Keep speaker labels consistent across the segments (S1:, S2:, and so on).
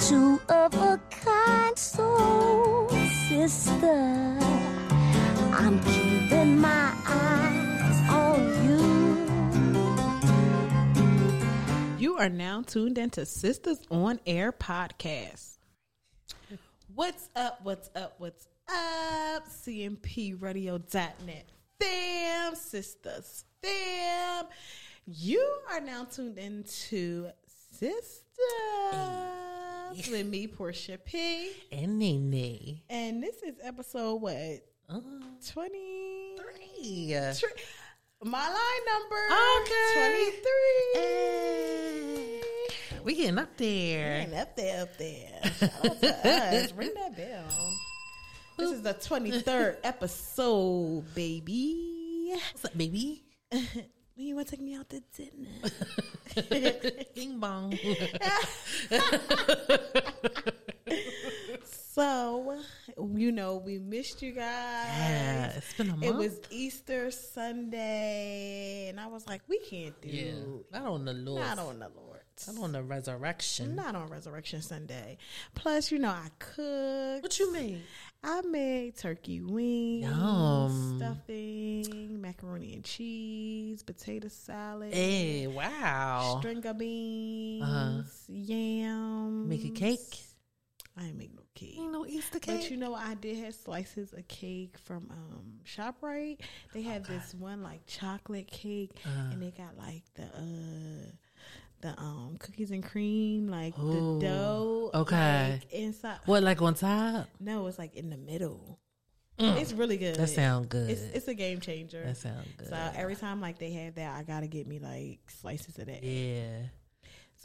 S1: two of a kind soul sister. I'm keeping my eyes on you.
S2: You are now tuned into Sisters on Air podcast. What's up? What's up? What's up? CMPRadio.net. Fam, sisters, fam. You are now tuned into Sisters with me, Portia P.
S3: and Nene.
S2: And this is episode what?
S3: Uh,
S2: 20.
S3: three.
S2: My line number
S3: Okay.
S2: 23.
S3: Hey. We getting up there.
S2: Ain't up there, up there. Shout out to us. Ring that bell. This is the 23rd episode, baby.
S3: What's up, baby?
S2: When you want to take me out to dinner?
S3: Ding bong.
S2: So, you know, we missed you guys.
S3: yeah, it's been a month.
S2: It was Easter Sunday, and I was like, we can't do
S3: yeah. Not on the Lord.
S2: not on the Lord's.
S3: Not on the resurrection.
S2: Not on Resurrection Sunday. Plus, you know, I cooked.
S3: What you mean?
S2: I made turkey wings,
S3: Yum.
S2: stuffing, macaroni and cheese, potato salad,
S3: Hey, wow.
S2: string beans,
S3: Uh-huh.
S2: yam.
S3: Make a cake.
S2: I ain't make no cake.
S3: Ain't no Easter
S2: But you know, I did have slices of cake from um Shoprite. They had this one like chocolate cake,
S3: Uh-huh.
S2: and they got like the uh the um cookies and cream, like
S3: Ooh,
S2: the dough,
S3: okay.
S2: like, inside.
S3: what, like on top?
S2: No, it's like in the middle. It's really good.
S3: Mm. That sound good.
S2: It's, it's a game changer.
S3: that sound good.
S2: So every time like they have that, I gotta get me like slices of that.
S3: yeah.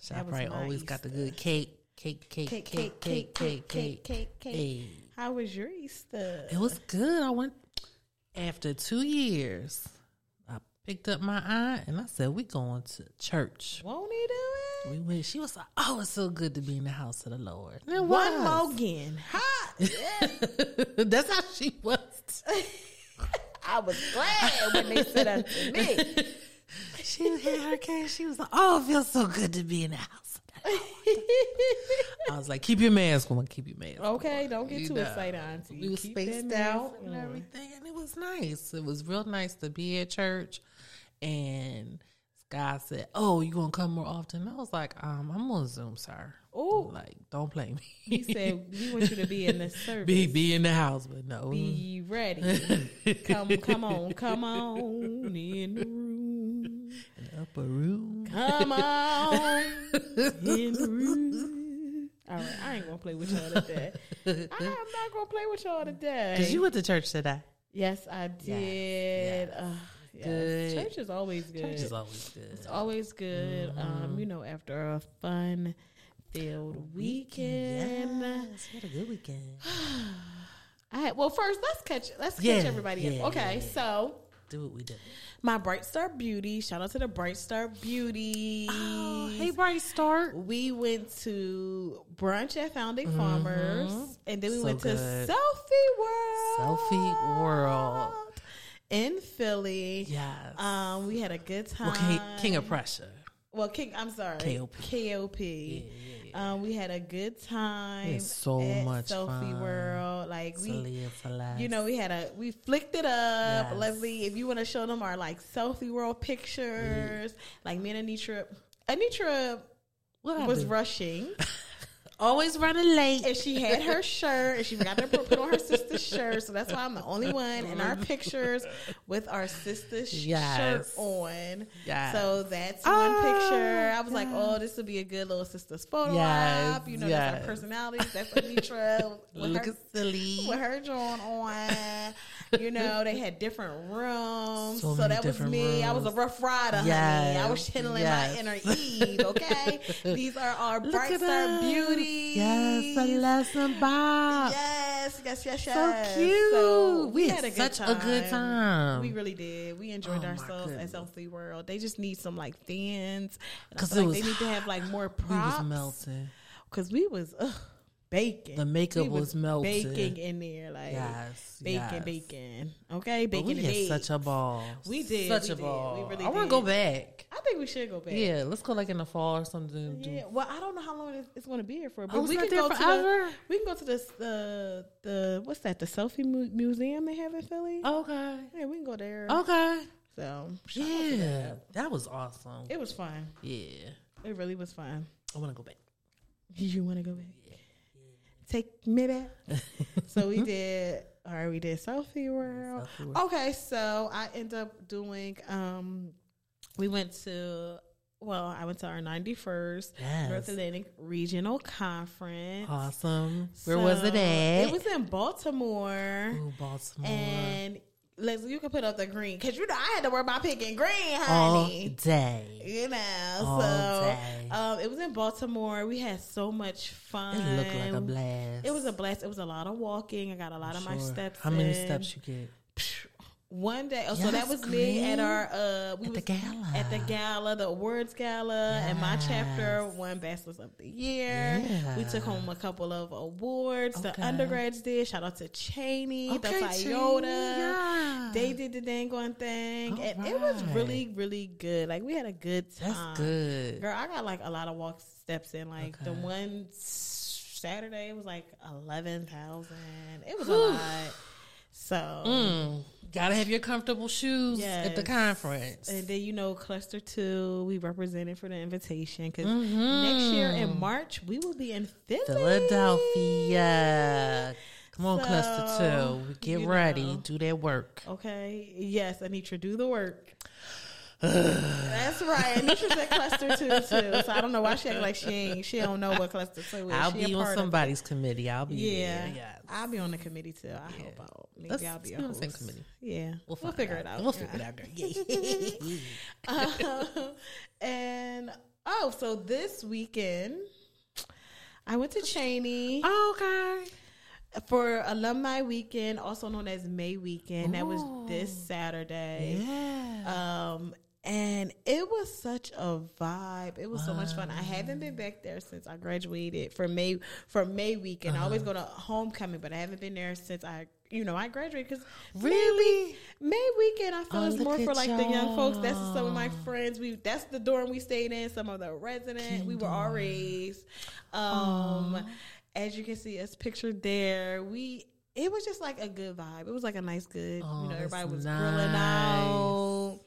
S2: that was
S3: Shoprite
S2: my
S3: always got the
S2: Easter.
S3: good cake. Cake, cake, cake, cake, cake, cake, cake,
S2: cake, cake.
S3: Hey.
S2: How was your Easter?
S3: It was good. I went after two years. I picked up my aunt and I said, "We going to church."
S2: Won't he do it?
S3: We went. She was like, "Oh, it's so good to be in the house of the Lord." And it
S2: One
S3: was.
S2: more again. Hot.
S3: That's how she was.
S2: I was glad when they said that to me.
S3: She had her cake. She was like, "Oh, it feels so good to be in the house." of the Lord." I was like, "Keep your mask on. Keep your mask." on."
S2: okay, don't get
S3: You
S2: too
S3: know,
S2: excited, Auntie.
S3: We were
S2: Keep that
S3: spaced
S2: mask
S3: out Mm. and
S2: on.
S3: everything, and it was nice. It was real nice to be at church. And Sky said, "Oh, you gonna come more often?" I was like, um, "I'm on Zoom, sir.
S2: Ooh.
S3: like don't play me.
S2: He said, "We want you to be in the service.
S3: be be in the house, but no,
S2: Be ready. come, come on, come on in the room.
S3: upper room.
S2: Come on in the room. All right, I ain't gonna play with y'all today. I am not gonna play with y'all today.
S3: Cause you went to church today.
S2: yes, I did. Ugh, yes.
S3: Good.
S2: Church is always good.
S3: Church is always good. Mm-hmm.
S2: It's always good. Um, you know, after a fun filled weekend.
S3: Yes, we had a good weekend.
S2: I had, well, first let's catch let's
S3: Yeah,
S2: catch everybody
S3: yeah,
S2: up. Okay,
S3: yeah, yeah.
S2: so
S3: Do what we did.
S2: my Bright Star Beauty. Shout out to the Bright Star Beauty.
S3: Oh, Bright Star. Mm-hmm.
S2: we went to brunch at Founding Farmers, and then we
S3: So
S2: went to
S3: good.
S2: Selfie World.
S3: Selfie World.
S2: in Philly.
S3: Yes.
S2: Um, we had a good time.
S3: well, King, King of Prussia.
S2: Well, King, I'm sorry,
S3: KOP.
S2: KOP. Um, we had a good time.
S3: We had so
S2: at
S3: much
S2: Sophie
S3: fun.
S2: World. Like we,
S3: Talia Falas.
S2: you know, we had a we flicked it up.
S3: Yes.
S2: Leslie, if you want to show them our like Sophie World pictures, like me and Anitra, Anitra
S3: What I
S2: was
S3: do?
S2: rushing
S3: always running late.
S2: and she had her shirt and she forgot to put on her sister's shirt. So that's why I'm the only one in our pictures with our sister's sh- shirt
S3: Yes.
S2: on.
S3: Yes.
S2: So that's
S3: Oh,
S2: one picture. I was like,
S3: yes.
S2: oh, this would be a good little sister's photo
S3: Yes,
S2: op. You know, that's
S3: yes.
S2: our personalities. That's Anitra with,
S3: Look
S2: her,
S3: at silly.
S2: with her drawing on. You know, they had different rooms. So,
S3: So many
S2: that was
S3: different
S2: me. I was a
S3: rooms.
S2: rough rider, honey. I
S3: Yes,
S2: was channeling
S3: yes.
S2: my inner Eve, okay? These are our bright star
S3: us.
S2: beauties.
S3: Yes, Celeste and Bob.
S2: Yes, yes, yes, yes.
S3: So cute.
S2: So
S3: we, had, such a good time.
S2: We really did. We enjoyed
S3: Oh, my
S2: ourselves at
S3: goodness.
S2: Selfie World. They just need some like fans. And I
S3: 'Cause
S2: feel
S3: it
S2: like they
S3: was
S2: need to have like more
S3: We was
S2: props.
S3: melting.
S2: Because we was, ugh, baking.
S3: The makeup
S2: We
S3: was melted.
S2: Baking in there, like
S3: Yes,
S2: baking,
S3: yes.
S2: baking. Okay,
S3: But
S2: baking.
S3: we
S2: and
S3: had
S2: eggs.
S3: such a ball.
S2: We did,
S3: Such
S2: we
S3: a
S2: did,
S3: ball.
S2: we really
S3: I want
S2: did.
S3: to go back.
S2: I think we should go back.
S3: Yeah, let's go like in the fall or something. do-
S2: Yeah, well, I don't know how long it's, it's going to be here for, but
S3: Oh, it's
S2: we
S3: not
S2: can
S3: there
S2: go to
S3: forever?
S2: the, we can go to this uh, the what's that the selfie mu- museum they have in Philly.
S3: Okay.
S2: Yeah, we can go there.
S3: Okay.
S2: So
S3: Oh. Yeah, that was awesome.
S2: it was fun.
S3: Yeah,
S2: It really was fun.
S3: I want to go back.
S2: You want to go back? Take me back. so we did. All right, we did selfie world.
S3: Selfie World.
S2: Okay, so I end up doing. um We went to. Well, I went to our ninety first
S3: Yes.
S2: North Atlantic Regional Conference.
S3: Awesome. Where was it
S2: So,
S3: at?
S2: It was in Baltimore.
S3: Ooh, Baltimore.
S2: And Leslie, you can put up the green because you know I had to wear my pink and green,
S3: all
S2: honey.
S3: day.
S2: You know,
S3: All
S2: so
S3: day.
S2: um, it was in Baltimore. We had so much fun.
S3: It looked like a blast.
S2: It was a blast. It was a lot of walking. I got a lot of my
S3: Sure.
S2: steps.
S3: How many
S2: in.
S3: steps you get?
S2: One day, oh, so that
S3: Yes,
S2: was me at
S3: Glenn.
S2: our uh, we
S3: At the
S2: was
S3: gala.
S2: at the gala, the awards gala, and my chapter
S3: Yes.
S2: won Bachelor's of the Year. We took
S3: Yeah.
S2: home a couple of awards.
S3: Okay.
S2: The undergrads did. Shout out to Cheney, the
S3: Okay,
S2: Toyota.
S3: Cheney, yeah.
S2: They did the dang on thing,
S3: Ah. All
S2: and it was
S3: right.
S2: really, really good. Like we had a good time.
S3: That's good.
S2: uh, girl. I got like a lot of walk steps in. Like the
S3: Okay.
S2: one s- Saturday, it was like eleven thousand. It was a
S3: Whew.
S2: lot. So.
S3: Mm, gotta have your comfortable shoes at the
S2: Yes.
S3: conference.
S2: And then you know, cluster two, we represented for the invitation because
S3: Mm-hmm.
S2: next year in March we will be in Philly,
S3: Philadelphia. Come on, cluster
S2: So,
S3: two. Get
S2: you
S3: ready.
S2: know.
S3: Do that work.
S2: Okay, yes, Anitra, do the work. That's right. Anitra said cluster two too. So I don't know why she act like she ain't. She don't know what cluster two is.
S3: I'll
S2: She a
S3: be
S2: part
S3: on
S2: of
S3: somebody's committee. I'll be
S2: it.
S3: yeah.
S2: Yeah,
S3: there. Yes.
S2: I'll be on the committee too. I hope I'll maybe
S3: Let's-
S2: I'll be, a
S3: let's be on the same
S2: host.
S3: committee.
S2: Yeah, we'll,
S3: find
S2: figure it out.
S3: We'll
S2: Yeah.
S3: figure it out, girl. Yeah.
S2: Um, and oh, so this weekend I went to Cheney
S3: Oh, okay.
S2: for Alumni Weekend, also known as May Weekend. That was this
S3: Oh.
S2: Saturday.
S3: Yeah.
S2: Um, and it was such a vibe. It was so much fun. I haven't been back there since I graduated for May for May Weekend. I always go to homecoming, but I haven't been there since I. You know, I graduated because
S3: really?
S2: May weekend, I feel
S3: Oh,
S2: it's
S3: look
S2: more for
S3: at
S2: like the young folks. That's
S3: y'all.
S2: some of my friends. We that's the dorm we stayed in. Some of the resident. We were RAs. Um, as you can see, us pictured there. We it was just like a good vibe. It was like a nice, good.
S3: Oh,
S2: you know,
S3: that's
S2: everybody was grilling
S3: nice.
S2: out,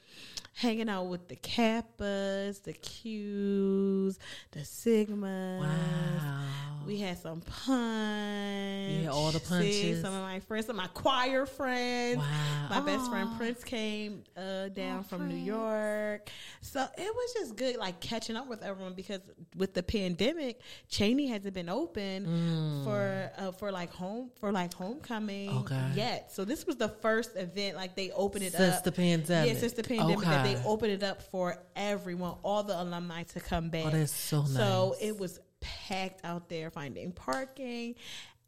S2: hanging out with the Kappas, the Qs, the Sigmas.
S3: Wow.
S2: We had some punch.
S3: You had all the
S2: See,
S3: punches.
S2: some of my friends, some of my choir friends.
S3: Wow.
S2: My best
S3: Aw. Oh,
S2: friend Prince came uh, down from New York. So it was just good, like catching up with everyone because with the pandemic, Cheney hasn't been open
S3: Mm.
S2: for uh, for like home for like homecoming
S3: Okay.
S2: yet. So this was the first event like they opened it
S3: Since
S2: up
S3: the pandemic.
S2: Yeah, since the pandemic that they
S3: Okay.
S2: opened it up for everyone, all the alumni to come back.
S3: that's Oh, so
S2: So
S3: nice.
S2: it was packed out there finding parking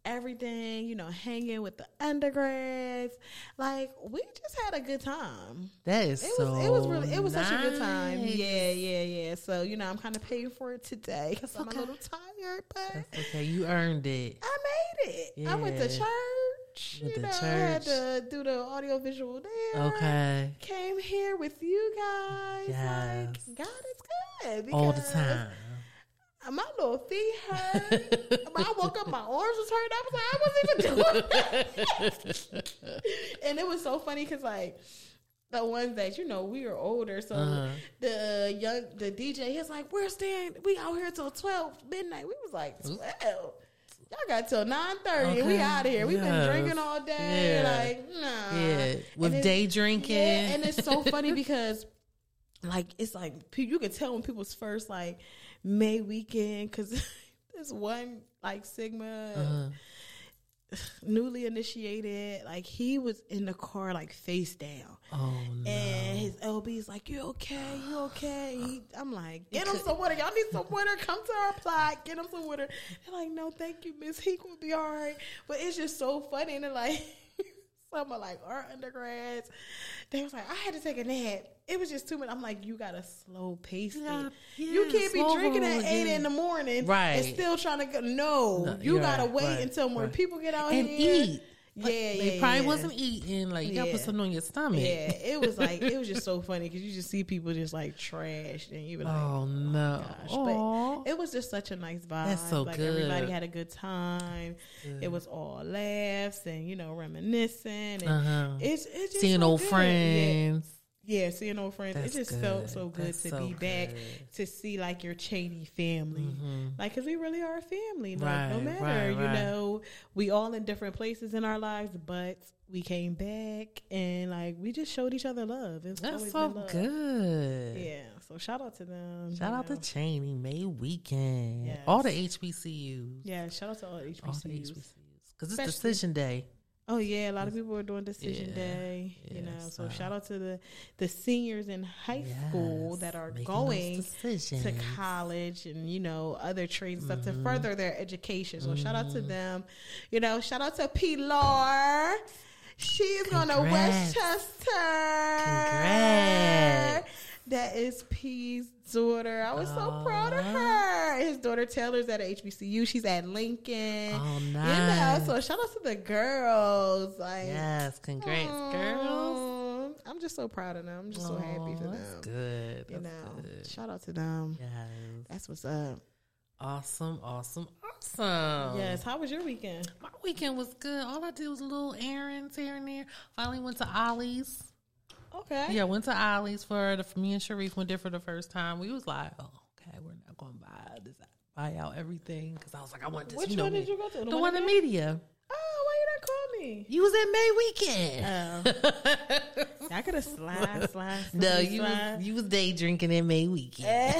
S2: everything you know hanging with the undergrads like we just had a good time
S3: That is
S2: it was
S3: so.
S2: it was really it was such a good time
S3: nice.
S2: yeah yeah yeah so you know i'm kind of paying for it today because i'm a little tired but
S3: That's okay. You earned it.
S2: i made it i went to
S3: Yeah.
S2: church
S3: Went
S2: you know
S3: to
S2: i had to
S3: church.
S2: do the audio visual there
S3: Okay.
S2: came here with you guys
S3: Yes.
S2: like god is good
S3: All the
S2: because
S3: time.
S2: my little feet hurt. I woke up, my arms was hurt. I was like, I wasn't even doing that. and it was so funny because like the ones that you know we are older, so
S3: Uh-huh.
S2: the young the DJ he's like, we're staying, we out here till twelve midnight. We was like twelve. Y'all got till nine thirty. We
S3: Okay.
S2: out here. We've been
S3: Yes.
S2: drinking all day.
S3: Yeah.
S2: Like, nah.
S3: Yeah. With
S2: it's-
S3: day drinking.
S2: Yeah, and it's so funny because like it's like pe- you can tell when people's first like May weekend because this one like Sigma
S3: Uh-huh.
S2: newly initiated like he was in the car like face down.
S3: oh, no.
S2: And his LB is like, "You okay? You okay?" He, I'm like, "Get him some water. Y'all need some water. Come to our plot. Get him some water." They're like, "No, thank you, Miss. He will be all right." But it's just so funny, and they're like, Some of like our undergrads, they was like, I had to take a nap. It was just too much. I'm like, you gotta slow pace
S3: Yeah,
S2: it. you
S3: yeah,
S2: can't be
S3: slow
S2: drinking at
S3: roll
S2: eight
S3: again.
S2: in the morning,
S3: Right.
S2: And still trying to go. No,
S3: No,
S2: you
S3: you're
S2: gotta
S3: right,
S2: wait
S3: right,
S2: until more
S3: right.
S2: people get out
S3: and
S2: here
S3: eat.
S2: Yeah,
S3: Like,
S2: yeah,
S3: They probably
S2: yeah.
S3: wasn't eating. Like you gotta put
S2: Yeah.
S3: something on your stomach.
S2: Yeah, it was like it was just so funny because you just see people just like trashed, and you be like,
S3: Oh no.
S2: gosh.
S3: Aw.
S2: But it was just such a nice vibe.
S3: That's so
S2: like everybody
S3: good.
S2: had a good time. It was all laughs and you know reminiscing and
S3: Uh-huh.
S2: it's it's just
S3: Seeing
S2: so
S3: old
S2: good.
S3: friends.
S2: Yeah, yeah, seeing old friends.
S3: That's
S2: it just
S3: good.
S2: felt so good
S3: That's
S2: to
S3: so
S2: be back
S3: good. Mm-hmm.
S2: to see like your Cheney family, Like 'cause like because we really are a family. Like, no
S3: Right,
S2: matter
S3: right,
S2: you
S3: right.
S2: know, we all in different places in our lives, but we came back and like we just showed each other love. It's
S3: That's
S2: always
S3: so
S2: been love.
S3: good.
S2: Yeah, so shout out to them.
S3: Shout
S2: you
S3: out
S2: know.
S3: to Cheney May weekend. All the HBCUs.
S2: yeah, shout out to all HBCUs.
S3: All the HBCUs. Because it's
S2: Especially-
S3: decision day.
S2: Oh yeah, a lot of people are doing decision
S3: Yeah,
S2: day.
S3: yeah,
S2: you know, so.
S3: so-
S2: shout out to the the seniors in high school
S3: Yes,
S2: that are
S3: making those
S2: going to
S3: decisions.
S2: college and you know other trades and stuff to
S3: Mm-hmm.
S2: further their education. So shout out to them. You know, shout out to Pilar. She's going to
S3: Congrats.
S2: Westchester.
S3: Congrats.
S2: That is P's daughter. I was so proud of her. His daughter Taylor's at a HBCU. She's at Lincoln.
S3: Oh,
S2: You know,
S3: nice.
S2: so shout out to the girls. Like,
S3: Yes. Congrats, girls.
S2: girls. I'm just so proud of them. I'm just so happy for them.
S3: Aw, That's good.
S2: You
S3: That's
S2: know,
S3: good.
S2: shout out to them.
S3: Yes.
S2: That's what's up.
S3: Awesome, awesome, awesome.
S2: yes. How was your weekend?
S3: My weekend was good. All I did was little errands here and there. Finally went to Ollie's.
S2: Okay.
S3: Yeah, went to Ollie's for the me and Sharif went there for the first time. We was like, oh, okay, we're not going to buy this, buy out everything because I was like, I want this.
S2: Which
S3: you know
S2: one
S3: me.
S2: did you go to? The
S3: The,
S2: one
S3: one
S2: in
S3: in media.
S2: Oh, why you not
S3: You was at May weekend.
S2: Uh, call me? I could have slide, slide,
S3: no,
S2: slide,
S3: you
S2: slide.
S3: was, you was day drinking at May weekend.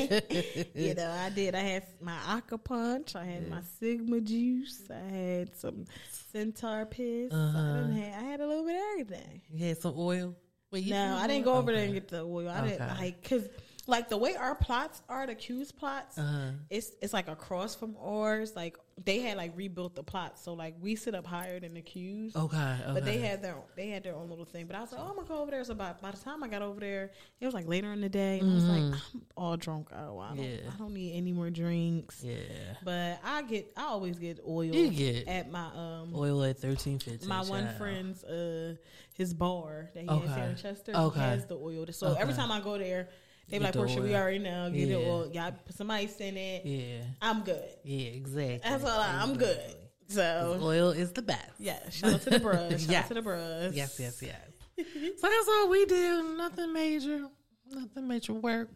S2: you know, I did. I had my aqua punch. I had my Sigma juice. I had some centaur piss. I,
S3: Uh-huh.
S2: done had, I had a little bit of everything.
S3: You had some oil. Wait, you
S2: No,
S3: put
S2: I didn't
S3: oil?
S2: go over there
S3: Okay.
S2: and get the oil. I didn't
S3: Okay.
S2: like because like the way our plots are, the Q's plots,
S3: Uh-huh.
S2: it's it's like across from ours. Like they had like rebuilt the plots, so like we sit up higher than the Q's.
S3: Okay, Oh, okay.
S2: But they had their they had their own little thing. But I was like, oh, I'm gonna go over there. So by by the time I got over there, it was like later in the day, and I was like, I'm all drunk. Oh, I don't,
S3: Mm-hmm. Yeah.
S2: I don't need any more drinks.
S3: yeah
S2: But I get I always get oil
S3: You get-
S2: at my um
S3: oil at thirteen fifty.
S2: my one friend's uh his bar that he has here
S3: Okay.
S2: in Chester
S3: Okay.
S2: he has the oil. So every time I go there, they be
S3: Get
S2: like,
S3: the
S2: Portia, we
S3: oil."
S2: already know. Get the
S3: Yeah.
S2: oil. Y'all put some ice in it.
S3: Yeah,
S2: I'm good.
S3: yeah, exactly.
S2: That's all I, I'm good. So
S3: Oil is the best.
S2: yeah, shout out to the brush. Shout out
S3: Yes.
S2: to the brush.
S3: Yes, yes, yes. so that's all we did. Nothing major. Nothing major work.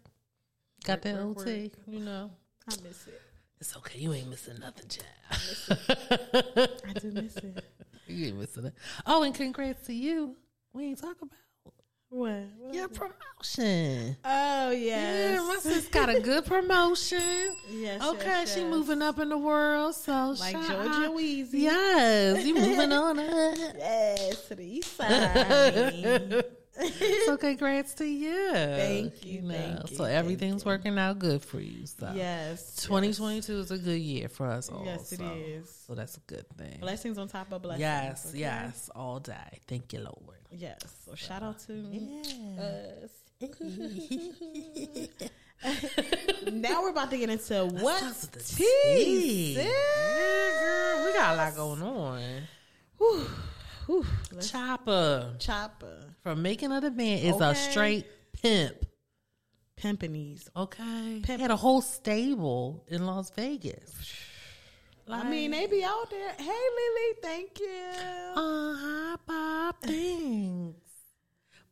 S3: Got that
S2: work,
S3: OT, you know.
S2: I miss it.
S3: It's okay. You ain't missing nothing, child.
S2: I do miss it.
S3: you ain't missing it. Oh, and congrats to you. We ain't talk about
S2: What? What?
S3: your promotion.
S2: Oh
S3: Yeah, my
S2: yes.
S3: sis got a good promotion.
S2: Yes,
S3: Okay,
S2: yes,
S3: she
S2: yes.
S3: moving up in the world. So
S2: Like
S3: shout
S2: Georgia
S3: out.
S2: Weezy.
S3: Yes, you moving on up.
S2: Yes, to the east side.
S3: So congrats to you.
S2: Thank you, thank you,
S3: So
S2: thank
S3: everything's working out good for you. So
S2: yes.
S3: 2022 is a good year for us all.
S2: Yes, it
S3: so.
S2: is.
S3: So that's a good thing.
S2: Blessings on top of blessings.
S3: yes,
S2: okay?
S3: yes, all day. Thank you, Lord.
S2: Yes. So shout out to us. now we're about to get into
S3: That's
S2: what
S3: the
S2: tea.
S3: tea. Yeah, girl, we got a lot going on.
S2: Whew. Let's
S3: Chopper
S2: chopper
S3: from Making of the Band is a
S2: Okay.
S3: straight pimp.
S2: pimpanies.
S3: Okay.
S2: Pimp.
S3: Had a whole stable in Las Vegas.
S2: I mean, they be out there. Hey, Lily, thank you.
S3: Uh, hi, Bob. Thanks.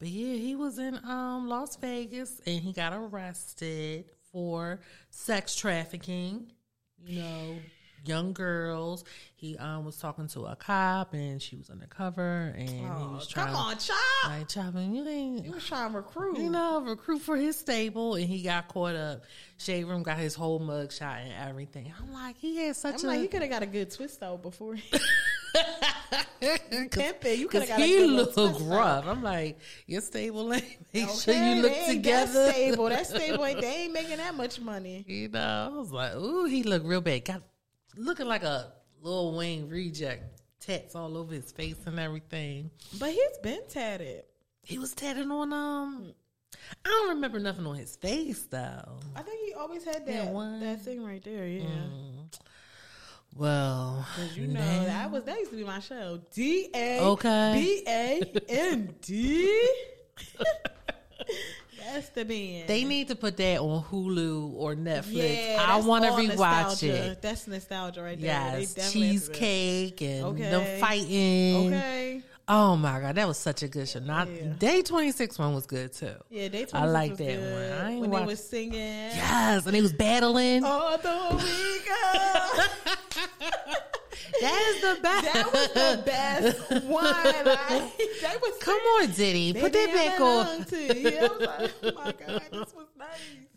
S3: But yeah, he was in um Las Vegas and he got arrested for sex trafficking. You know, young girls. He um was talking to a cop and she was undercover and he
S2: Oh,
S3: was trying
S2: come on, chop.
S3: to like chopping. You ain't
S2: You was trying to recruit.
S3: you know, recruit for his stable, and he got caught up. Shade Room got his whole mug shot and everything. I'm like, he had such
S2: I'm
S3: a
S2: like, you could have got a good twist though before. Pimping, you could have
S3: Because
S2: got a
S3: he
S2: good
S3: look
S2: little twist though.
S3: rough. I'm like, your stable name. Make sure
S2: Okay, they
S3: you look
S2: ain't that
S3: together.
S2: stable. That stable ain't they ain't making that much money.
S3: You know, I was like, ooh, he looked real bad. Got looking like a Lil Wayne reject. tats all over his face and everything.
S2: But he's been tatted.
S3: He was tatted on um I don't remember nothing on his face though.
S2: I think he always had
S3: Yeah,
S2: that
S3: one. Mm.
S2: that thing right there. Yeah.
S3: Well,
S2: You know, that was that used to be my show. D A
S3: Okay.
S2: B A N D. That's the band.
S3: they need to put that on Hulu or Netflix.
S2: yeah,
S3: I
S2: that's
S3: want to
S2: all
S3: rewatch
S2: nostalgia.
S3: it.
S2: That's nostalgia right there. They
S3: Yes,
S2: definitely have to do that.
S3: cheesecake and
S2: Okay.
S3: them fighting.
S2: Okay.
S3: Oh my god, that was such a good show. Not
S2: Yeah.
S3: day twenty six one was good too.
S2: Yeah, they.
S3: I like
S2: was
S3: that
S2: good
S3: one. I ain't
S2: when
S3: watch-
S2: they was singing.
S3: Yes, and they was battling.
S2: All the week.
S3: That is the best.
S2: That was the best one. Like, they was
S3: Come on, Diddy, put that back on.
S2: Too. Yeah, I was like, oh my god, this was nice.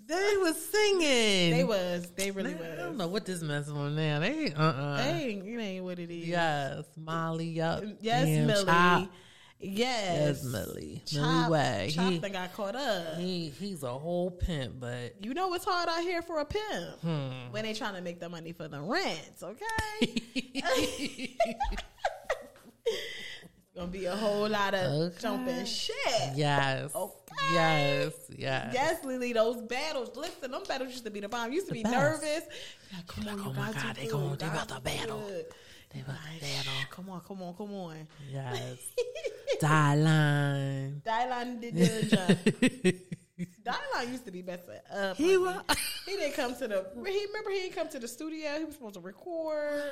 S3: They was singing.
S2: They was. They really
S3: I don't
S2: was.
S3: know what this mess on now. They uh uh
S2: Dang, it ain't what it is.
S3: Yes, Molly. Yup.
S2: Mm, Yes,
S3: Damn,
S2: Millie.
S3: Chop.
S2: Yes.
S3: Yes, Millie. Millie
S2: Chop,
S3: Way.
S2: Chop
S3: He,
S2: done got caught up.
S3: he he's a whole pimp, but
S2: You know it's hard out here for a pimp
S3: Hmm.
S2: when they trying to make the money for the rent. Okay, gonna be a whole lot of
S3: Okay.
S2: jumping shit.
S3: yes,
S2: Okay.
S3: yes, yes,
S2: Yes, Lily, those battles. Listen, them battles used to be the bomb. You Used to be
S3: best.
S2: nervous. Yeah, come
S3: like,
S2: on,
S3: oh
S2: you
S3: my
S2: got
S3: God,
S2: to
S3: they
S2: do
S3: gonna-
S2: it. You
S3: they about to
S2: do
S3: battle.
S2: it.
S3: They about to
S2: Like,
S3: battle.
S2: shh, Come on, come on, come on.
S3: yes. Die line.
S2: Dylan did the job. Dylan used to be best uh, at up.
S3: he was. Why
S2: He didn't come to the. He remember he didn't come to the studio. He was supposed to record.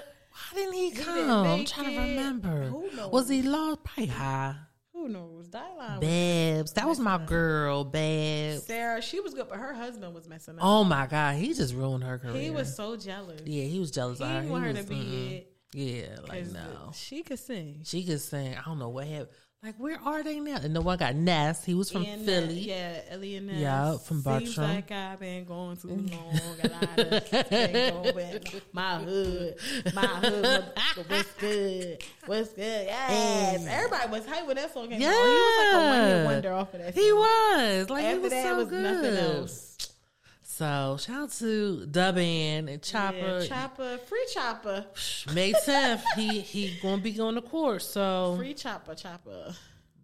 S3: didn't he
S2: didn't
S3: come? I'm
S2: make
S3: trying to
S2: it.
S3: remember.
S2: Who knows?
S3: Was he lost? Probably high.
S2: Who knows? Dylan. was-
S3: Babs, that was my girl, Babs.
S2: Sarah, she was good, but her husband was messing up.
S3: Oh my god, he just ruined her career.
S2: he was so jealous.
S3: Oh, yeah, he was jealous.
S2: he
S3: of her.
S2: didn't want her
S3: was-
S2: to be
S3: mm-mm.
S2: it.
S3: Yeah, like
S2: 'cause
S3: no.
S2: She could sing.
S3: She just saying, I don't know what happened. Like, where are they now? And the one got Ness. He was from
S2: And, uh,
S3: Philly.
S2: yeah, Ellie Ness.
S3: Yeah, from
S2: Seems
S3: Bartram.
S2: like I've been going too long. A lot of shit been going. My hood, my hood. my- What's good? What's good? Yes. Everybody was hype when that song came out. He was like a one
S3: Yeah.
S2: hit wonder off of that.
S3: He
S2: song.
S3: was like, he
S2: After
S3: was
S2: that,
S3: so
S2: it was
S3: good.
S2: nothing else.
S3: So shout out to Dubin and Chopper.
S2: Yeah, chopper, free chopper,
S3: May tenth, he he gonna be on the court. So,
S2: free chopper, chopper.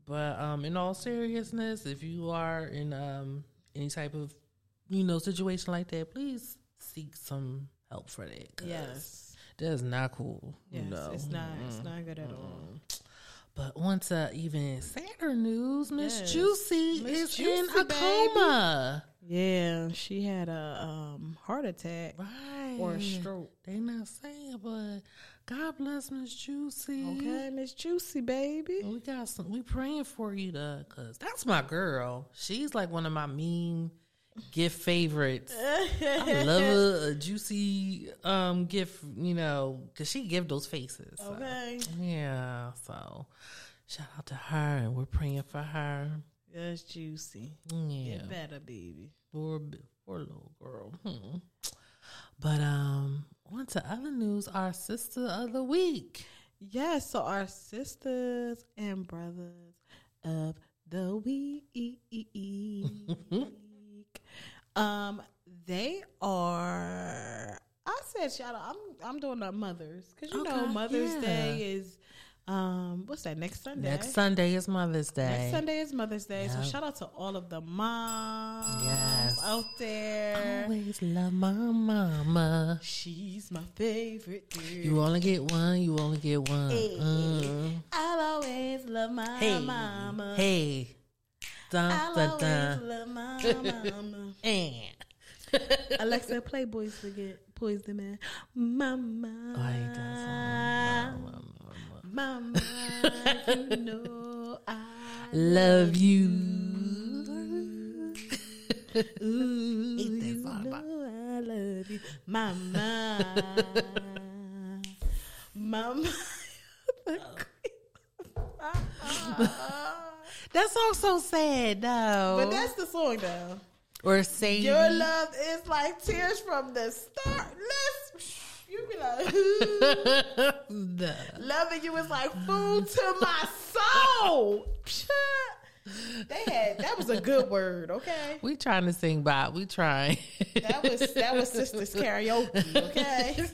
S3: but um, in all seriousness, if you are in um any type of you know situation like that, please seek some help for that. 'cause
S2: Yes.
S3: that's not cool.
S2: Yes,
S3: you know?
S2: it's not. It's not good at all.
S3: But on to even sadder news, Miss
S2: Yes.
S3: Juicy
S2: Miss
S3: is in
S2: Juicy,
S3: a coma.
S2: Yeah, she had a um, heart attack
S3: Right.
S2: or a stroke.
S3: They not saying, but God bless Miss Juicy.
S2: Okay, Miss Juicy, baby.
S3: We got some. We praying for you, though, cause that's my girl. She's like one of my meme gift favorites. I love a, a juicy um gift, you know, cause she give those faces.
S2: Oh,
S3: so.
S2: Okay.
S3: Yeah. So shout out to her, and we're praying for her.
S2: That's juicy.
S3: Yeah.
S2: Better, baby.
S3: Poor, b- poor little girl. Hmm. But um, on to other news. Our sister of the week.
S2: Yeah, so our sisters and brothers of the week. um, they are I said shout out. I'm I'm doing the mothers. Cause you know
S3: Okay,
S2: Mother's
S3: yeah.
S2: Day is um what's that next Sunday?
S3: Next Sunday is Mother's Day.
S2: Next Sunday is Mother's Day, so
S3: Yep.
S2: shout out to all of the moms
S3: Yes.
S2: out there.
S3: Always love my mama.
S2: She's my favorite. Dude.
S3: You only get one. You only get one.
S2: Hey.
S3: Mm.
S2: I'll always love my
S3: Hey,
S2: mama.
S3: hey, dun
S2: I'll
S3: dun
S2: always
S3: dun.
S2: love my mama.
S3: Eh.
S2: Alexa, play Boys to Get Boys the Man. Mama.
S3: Oh, he does
S2: mama. you know I
S3: Love you.
S2: Ooh,
S3: Eat that
S2: you
S3: song, Bob.
S2: know I love you, Mama. Mama.
S3: That song's so sad, though.
S2: but that's the song, though.
S3: or say
S2: Your love is like tears from the start. Listen, you be like, "Ooh." loving you is like food to my soul. Psha. They had that was a good word, okay?
S3: We trying to sing Bob. We trying.
S2: That was that was sisters karaoke, okay?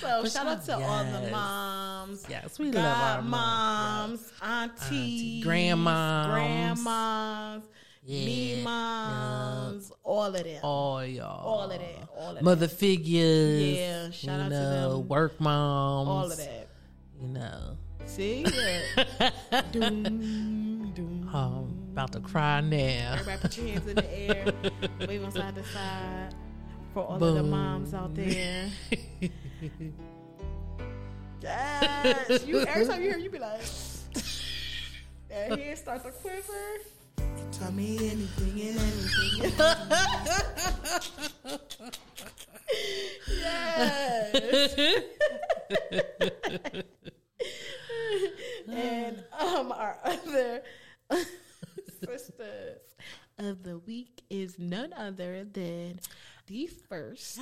S2: so So
S3: But
S2: shout out to all the
S3: yes.
S2: moms.
S3: Yes, we love our
S2: God,
S3: moms.
S2: moms, aunties,
S3: Auntie- grandmoms.
S2: grandmas, me
S3: Yeah,
S2: moms, all of them, all,
S3: All y'all.
S2: of that, all of
S3: Mother figures.
S2: Yeah, shout
S3: you
S2: out to
S3: know,
S2: them.
S3: Work moms.
S2: that, all of that.
S3: You know.
S2: See, Yeah. doom, doom.
S3: Oh, I'm about to cry now.
S2: Everybody, put your hands in the air, wave on side to side for all of the
S3: Boom.
S2: moms out there. Yes, you, every time you hear, it, you be like, that head starts to quiver. Tell me anything, anything. yes. and um, our other sisters of the week is none other than the first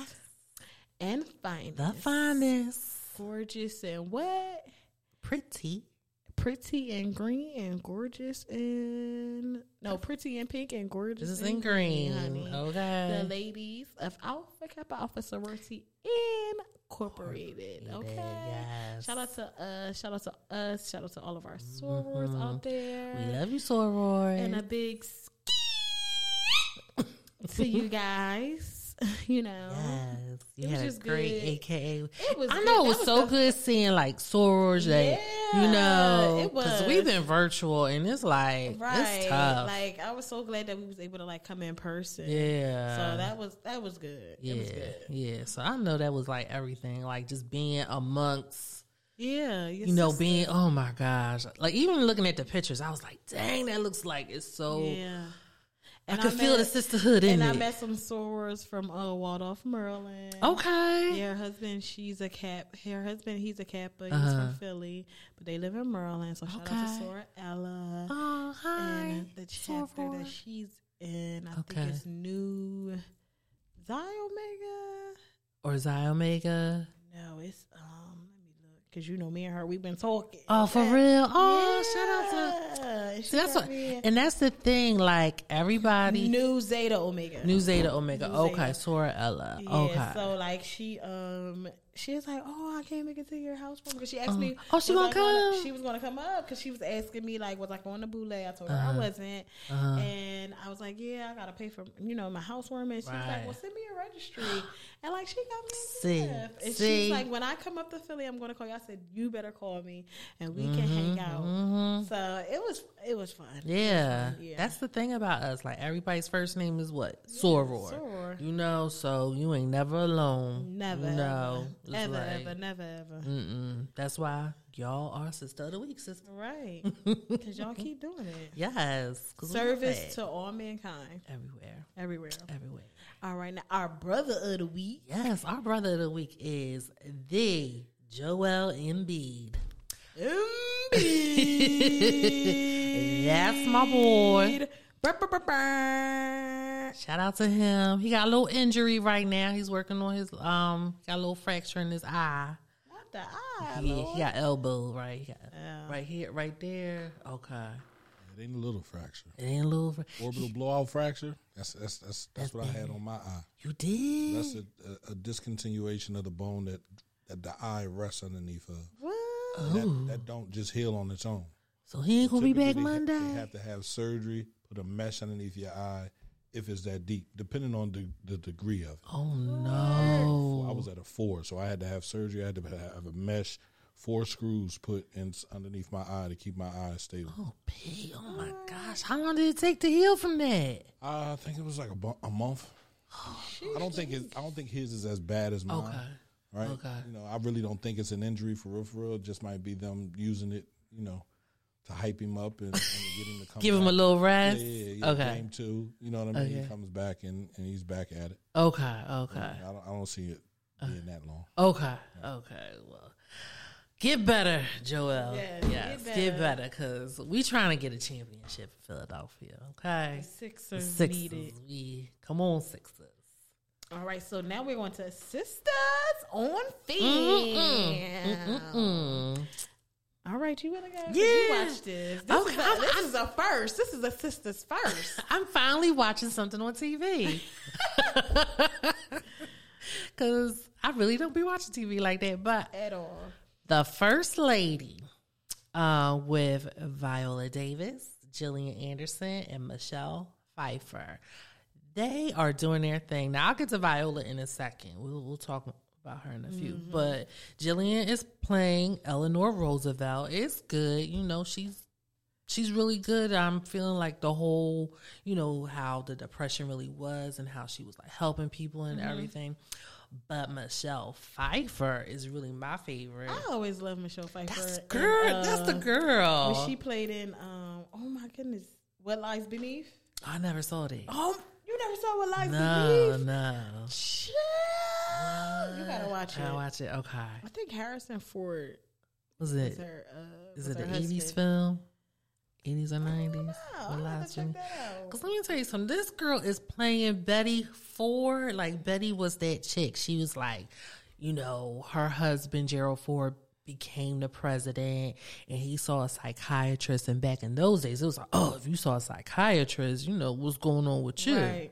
S2: and finest,
S3: the finest.
S2: gorgeous and what?
S3: Pretty.
S2: Pretty and green and gorgeous and no, pretty and pink and gorgeous.
S3: This is
S2: and
S3: in green.
S2: honey. The
S3: Okay.
S2: ladies of Alpha Kappa Alpha Sorority Incorporated. Okay.
S3: yes.
S2: Shout out to us. Shout out to us. Shout out to all of our sorors out there.
S3: Mm-hmm. we love you, Soror.
S2: and a big to you guys. You know,
S3: Yes, you
S2: It was
S3: had
S2: just
S3: a great
S2: good.
S3: AKA.
S2: It was
S3: I
S2: good. That
S3: know it was,
S2: was
S3: so
S2: the-
S3: good seeing like sorors that
S2: Yeah,
S3: you know
S2: it
S3: because
S2: was.
S3: we've been virtual and it's like
S2: right?
S3: it's tough.
S2: Like I was so glad that we was able to like come in person.
S3: yeah.
S2: So that was that was good.
S3: yeah,
S2: It was good.
S3: yeah. So I know that was like everything, like just being amongst,
S2: Yeah, your
S3: you know,
S2: sister-
S3: being. Oh my gosh! Like even looking at the pictures, I was like, "Dang, that looks like it's so."
S2: yeah.
S3: I could feel the
S2: met-
S3: sisterhood in
S2: And I
S3: it.
S2: met some sorors from uh, Waldorf, Maryland.
S3: okay.
S2: Yeah, her husband, she's a cap. Her husband, he's a Kappa. He's
S3: Uh-huh.
S2: from Philly, but they live in Maryland. So shout out
S3: Okay.
S2: to Sora Ella
S3: Oh hi.
S2: and the chapter
S3: Soror.
S2: that she's in. I
S3: Okay.
S2: think it's New Xi Omega.
S3: or Xi Omega.
S2: No, it's um. Let me look because you know me and her. We've been talking.
S3: Oh, for real. Oh, shout out to
S2: Yeah,
S3: See, that's
S2: got
S3: what,
S2: me in
S3: and that's the thing. Like everybody, New,
S2: New Zeta Omega.
S3: Zeta Omega.
S2: New
S3: okay,
S2: Zeta.
S3: Sora Ella.
S2: Yeah,
S3: okay.
S2: so like she um she was like, oh, I can't make it to your house because she asked me,
S3: Oh, she
S2: was
S3: gonna
S2: I gonna-
S3: come?
S2: She was gonna come up because she was asking me like, was I going to Boule? I told her
S3: Uh-huh.
S2: I wasn't, and I was like, yeah, I gotta pay for you know my housewarming. She was
S3: Right.
S2: like, well, send me your registry, and like she got me a
S3: See,
S2: gift. and
S3: see.
S2: she's like, when I come up to Philly, I'm gonna call you. I said, you better call me, and we can
S3: Mm-hmm,
S2: hang out. So it was it was fun.
S3: yeah.
S2: Yeah.
S3: that's the thing about us. Like everybody's first name is what Soror.
S2: Soror.
S3: You know, so you ain't never alone.
S2: Never,
S3: You know, It's
S2: ever,
S3: like,
S2: ever, never, ever.
S3: Mm-mm. That's why y'all are sister of the week, sister.
S2: Right, because y'all keep doing it.
S3: Yes, 'cause we love
S2: Service
S3: that.
S2: to all mankind,
S3: everywhere,
S2: everywhere.
S3: everywhere.
S2: All right, now our brother of the week.
S3: Yes, our brother of the week is the Joel Embiid.
S2: Embiid.
S3: That's my boy.
S2: Brr, brr, brr, brr.
S3: Shout out to him. He got a little injury right now. He's working on his um got a little fracture in his eye.
S2: Not the eye,
S3: Yeah,
S2: Lord.
S3: he got elbow right. He got-
S2: Yeah.
S3: Right here, right there. Okay.
S4: It ain't a little fracture.
S3: It ain't a little fra-
S4: Orbital blowout fracture. That's that's that's, that's what I had on my eye.
S3: You did?
S4: That's a, a, a discontinuation of the bone that, that the eye rests underneath of.
S2: What?
S4: And That, that don't just heal on its own.
S3: so he ain't gonna be
S4: Typically,
S3: back
S4: they ha-
S3: Monday.
S4: They have to have surgery, put a mesh underneath your eye, if it's that deep, depending on the, the degree of it.
S3: oh no.
S4: I was at a four, so I had to have surgery. I had to have a mesh, four screws put in underneath my eye to keep my eye stable.
S3: Oh P, oh my gosh. How long did it take to heal from that?
S4: I think it was like a, bu- a month. I don't think his, I don't think his is as bad as mine.
S3: Okay.
S4: Right.
S3: Okay.
S4: You know, I really don't think it's an injury for real. For real, it just might be them using it. You know, to hype him up and, and to get him to come.
S3: Give him a
S4: back.
S3: little rest.
S4: Yeah, yeah, yeah.
S3: Okay.
S4: Game two. You know what I mean?
S3: Okay.
S4: He comes back and, and he's back at it.
S3: Okay, okay.
S4: I don't, I don't see it being
S3: Uh,
S4: that long.
S3: Okay. Okay. Well, get better, Joel.
S2: Yes,
S3: Yes,
S2: get
S3: get
S2: better.
S3: better because we trying to get a championship in Philadelphia. Okay,
S2: Six
S3: The
S2: are
S3: Sixers.
S2: needed.
S3: We come on, Sixers.
S2: All right, so now we're going to sisters on film.
S3: Mm.
S2: All right, you wanna go? 'Cause you
S3: Yeah.
S2: watch this. This,
S3: Okay,
S2: is a,
S3: I'm-
S2: this is a first. This is a sister's first.
S3: I'm finally watching something on TV because I really don't be watching TV like that, but
S2: at all.
S3: the first lady uh, with Viola Davis, Jillian Anderson, and Michelle Pfeiffer. They are doing their thing. Now, I'll get to Viola in a second. We'll, we'll talk about her in a few. But Jillian is playing Eleanor Roosevelt. It's good. You know, she's she's really good. I'm feeling like the whole, you know, how the depression really was and how she was like helping people and everything. But Michelle Pfeiffer is really my favorite.
S2: I always love Michelle Pfeiffer.
S3: That's
S2: and,
S3: girl. that's the
S2: uh,
S3: girl.
S2: When she played in, um, oh my goodness, What Lies Beneath.
S3: I never saw that.
S2: Oh, you never saw What Lies
S3: no,
S2: Beneath?
S3: no.
S2: Chill. You gotta watch it.
S3: I watch it. Okay.
S2: I think Harrison Ford
S3: Was
S2: is
S3: it?
S2: her. Uh,
S3: Is
S2: was
S3: it the
S2: her
S3: eighties
S2: husband.
S3: film? Eighties or
S2: I
S3: nineties?
S2: don't know. I'll have to check that out.
S3: Cause let me tell you something. This girl is playing Betty Ford. Like Betty was that chick. She was like, you know, her husband Gerald Ford became the president, and he saw a psychiatrist. And back in those days, it was like, oh, if you saw a psychiatrist, you know what's going on with you.
S2: Right.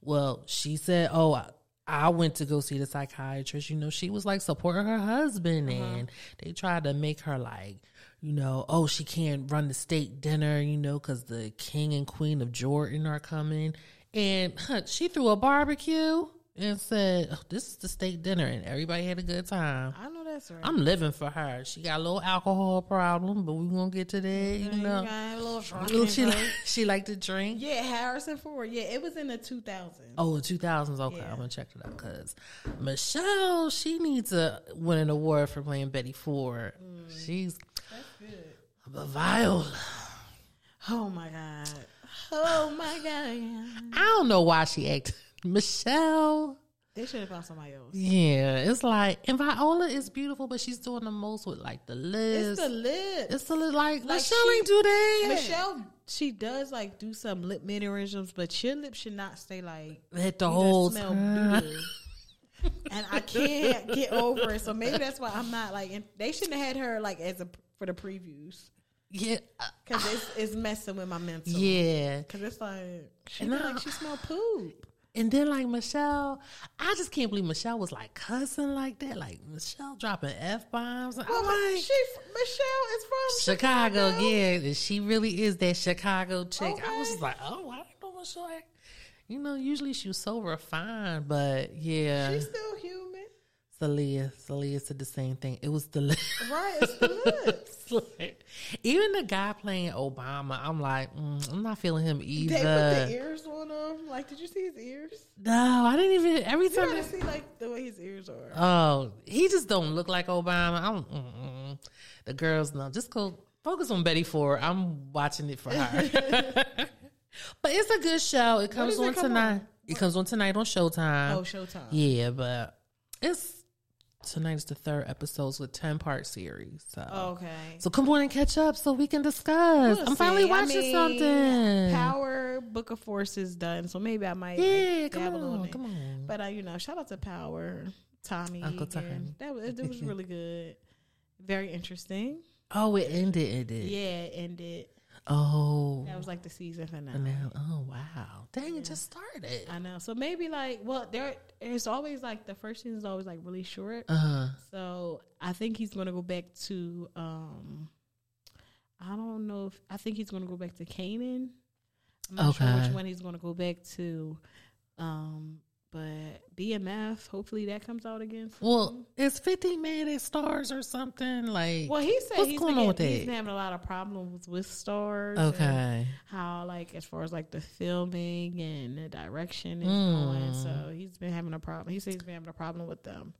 S3: Well, she said, "Oh, I, I went to go see the psychiatrist. You know, she was like supporting her husband, and they tried to make her like, you know, oh, she can't run the state dinner, you know, because the king and queen of Jordan are coming." And huh, she threw a barbecue and said, oh, "This is the state dinner," and everybody had a good time.
S2: I know that's right.
S3: I'm living for her. She got a little alcohol problem, but we gonna get to that. You
S2: You
S3: know,
S2: got a little drunk
S3: she
S2: info.
S3: like, she liked to drink.
S2: yeah, Harrison Ford. Yeah, it was in the 2000s.
S3: Oh, two thousands. Okay, I'm gonna check it out because Michelle she needs to win an award for playing Betty Ford.
S2: Mm.
S3: She's but Viola.
S2: Oh my god. Oh my god.
S3: I don't know why she acted. Michelle.
S2: They should have found somebody else.
S3: Yeah, it's like and Viola is beautiful, but she's doing the most with like the lips.
S2: It's the lip.
S3: It's the li-
S2: Like
S3: like, Michelle
S2: she-
S3: ain't do that.
S2: Michelle, she does like do some lip mannerisms, but your lips should not stay like
S3: hit the
S2: you
S3: whole
S2: smell
S3: time.
S2: blue. and I can't get over it. So maybe that's why I'm not like. And they shouldn't have had her like as a for the previews
S3: Yeah, uh,
S2: because it's it's messing with my mental.
S3: yeah.
S2: Cause it's like she
S3: And
S2: look
S3: I-
S2: like she smell poop.
S3: And then like Michelle, I just can't believe Michelle was like cussing like that. Like Michelle dropping f bombs. I'm
S2: Well,
S3: like,
S2: she Michelle is from
S3: Chicago,
S2: Chicago.
S3: yeah, and she really is that Chicago chick. I was
S2: Okay.
S3: like, oh, I didn't know what she like. You know, usually she was so refined, but yeah,
S2: She's still human,
S3: Celia, Celia said the same thing. It was the
S2: right? It's the lips.
S3: even the guy playing Obama. I'm like, mm, I'm not feeling him either.
S2: They put
S3: uh,
S2: the ears on him. Like, did you see his ears?
S3: no, I didn't even. Every
S2: You
S3: time,
S2: gotta see like the way his ears are.
S3: oh, he just don't look like Obama. I don't. Mm-mm. mm. The girls, no, just go focus on Betty Ford. I'm watching it for her. But it's a good show. It comes
S2: does it
S3: on
S2: come
S3: tonight.
S2: on?
S3: It comes on tonight on Showtime.
S2: Oh, Showtime.
S3: Yeah, but it's tonight is the third episode's with ten part series. So
S2: Okay.
S3: so come on and catch up so we can discuss.
S2: Oh. We'll
S3: I'm finally
S2: see. I
S3: watching
S2: mean,
S3: something.
S2: Power Book of Force is done, so maybe I might like,
S3: Yeah, come
S2: dabble
S3: on,
S2: it.
S3: come on.
S2: But uh, you know, shout out to Power Tommy.
S3: Uncle
S2: again.
S3: Tommy.
S2: That was it was really good, very interesting.
S3: oh, it ended. It did.
S2: Yeah, it ended.
S3: Oh.
S2: That was like the season finale.
S3: And now, oh wow! Dang, it just started.
S2: I know. So maybe like, well, there it's always like the first season is always like really short.
S3: Uh huh.
S2: So I think he's gonna go back to um I don't know if I think he's gonna go back to Canaan. I'm not sure
S3: Okay.
S2: which one he's gonna go back to. Um but BMF, hopefully that comes out again. soon.
S3: Well, it's fifty mad at stars or something like.
S2: Well he said
S3: what's
S2: he's,
S3: going
S2: been
S3: on with
S2: getting- he's
S3: that?
S2: been having a lot of problems with stars. and
S3: okay.
S2: How like as far as like the filming and the direction is going.
S3: Hmm.
S2: So he's been having a problem. He said he's been having a problem with them.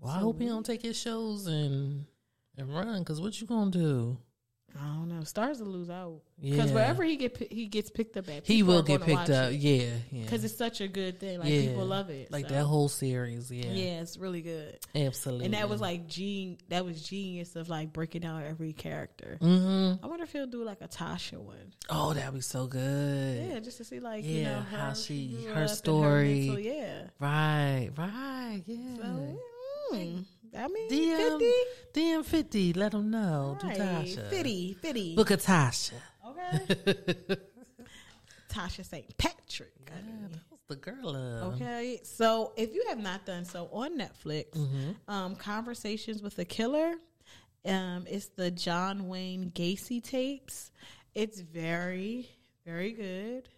S3: Well, I hope he don't take his shows and and run. Cause what you gonna do?
S2: I don't know. Stars will lose out because
S3: Yeah.
S2: wherever he get pi- he gets picked up at,
S3: He will get picked up. Yeah, yeah.
S2: because it's such a good thing. Like
S3: yeah.
S2: people love it.
S3: Like
S2: so.
S3: that whole series. Yeah,
S2: Yeah. it's really good.
S3: absolutely.
S2: And that was like gen that was genius of like breaking down every character.
S3: hmm
S2: I wonder if he'll do like a Tasha one.
S3: oh, that'd be so good.
S2: Yeah, just to see like you
S3: Yeah,
S2: know
S3: how
S2: how
S3: she-
S2: she grew
S3: her
S2: up and
S3: story.
S2: mental- yeah.
S3: Right, right. Yeah.
S2: So, mm, I mean,
S3: DM,
S2: 50?
S3: DM fifty. Let him know. Do
S2: Right.
S3: Tasha.
S2: 50, 50.
S3: Book a Tasha.
S2: Okay. Tasha St. Patrick. I mean,
S3: the girl of.
S2: Okay, so if you have not done so on Netflix,
S3: Mm-hmm.
S2: um, Conversations with a Killer, um, it's the John Wayne Gacy tapes. It's very, very good.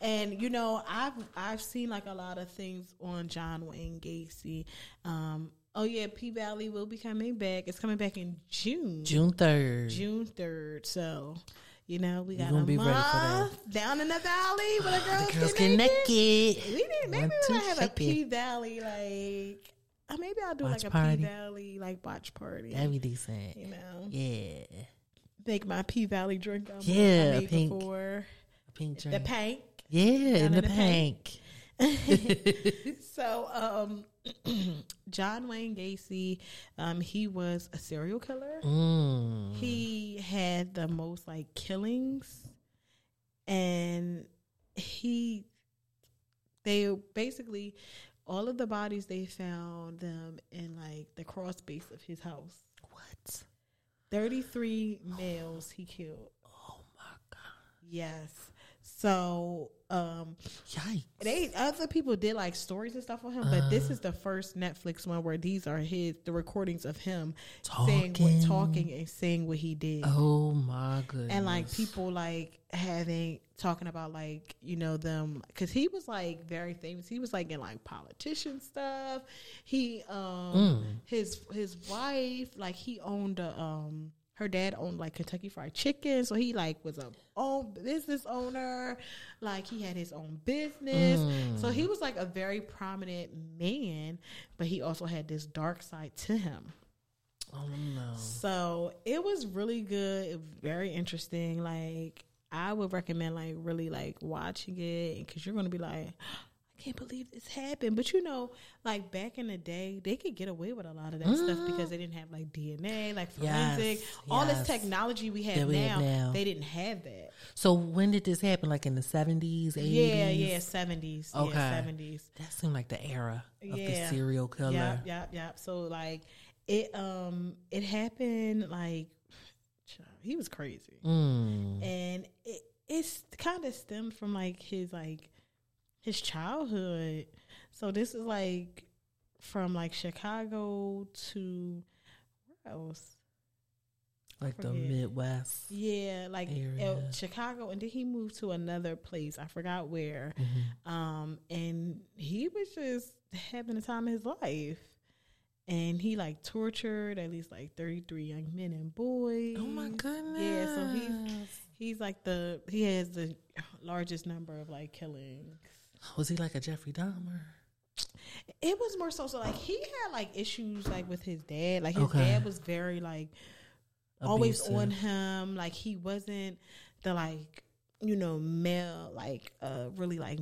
S2: And you know, I've I've seen like a lot of things on John Wayne Gacy. Um, oh yeah, P Valley will be coming back. It's coming back in June.
S3: June third.
S2: June third. So, you know, we got
S3: gonna
S2: a
S3: be ready for that.
S2: month down in the valley where the girls,
S3: Girls
S2: get
S3: get
S2: naked.
S3: naked.
S2: We need maybe
S3: One,
S2: we
S3: two,
S2: might have a
S3: shake it.
S2: P Valley like. Or maybe I'll do
S3: Watch
S2: like a
S3: party.
S2: P Valley like watch party.
S3: That'd be decent.
S2: you know,
S3: Yeah.
S2: make my P Valley drink. I
S3: Yeah,
S2: made
S3: pink.
S2: before
S3: Pink
S2: the
S3: drink.
S2: pink.
S3: yeah, in
S2: in
S3: the
S2: the
S3: pink.
S2: So, um, John Wayne Gacy, um, he was a serial killer.
S3: Mm.
S2: He had the most like killings, and he they basically all of the bodies they found them in like the crawl space of his house.
S3: What?
S2: 33 males he killed.
S3: Oh my
S2: Yes. So, um,
S3: god. Yikes.
S2: they other people did like stories and stuff on him, but
S3: Uh.
S2: this is the first Netflix one where these are his the recordings of him saying
S3: Talking.
S2: what talking and saying what he did.
S3: Oh my goodness.
S2: And like people like having talking about like you know them because he was like very famous. He was like in like politician stuff. He um his his wife like he owned a, um her dad owned like Kentucky Fried Chicken, so he like was a own business owner. Like he had his own business, so he was like a very prominent man, but he also had this dark side to him.
S3: Oh no.
S2: So it was really good, it was very interesting. Like I would recommend, like really like watching it because you're gonna be like, I can't believe this happened. But you know, like back in the day, they could get away with a lot of that stuff because they didn't have like DNA, like
S3: Mm-hmm. Yes,
S2: forensic, all
S3: yes.
S2: this technology we have
S3: That we
S2: now,
S3: have now.
S2: They didn't have that.
S3: So when did this happen? Like in the seventies, eighties?
S2: Yeah, yeah, seventies,
S3: Okay.
S2: yeah, seventies.
S3: That seemed like the era of the
S2: Yeah.
S3: serial killer.
S2: Yep, yep, yep. So like it um it happened like child, he was crazy.
S3: Mm.
S2: and it it's kind of stemmed from like his like his childhood. So this is like from like Chicago to where else?
S3: Like the
S2: forget.
S3: Midwest.
S2: Yeah, like
S3: Area.
S2: El- Chicago, and then he moved to another place. I forgot where.
S3: Mm-hmm.
S2: Um, and he was just having the time of his life. And he like tortured at least like thirty three young men and boys.
S3: Oh my goodness.
S2: Yeah, so he's he's like the he has the largest number of like killings.
S3: was he like a Jeffrey Dahmer?
S2: It was more so so like he had like issues like with his dad. Like his
S3: Okay.
S2: dad was very like always
S3: Abusive.
S2: on him. Like he wasn't the like you know male like uh really like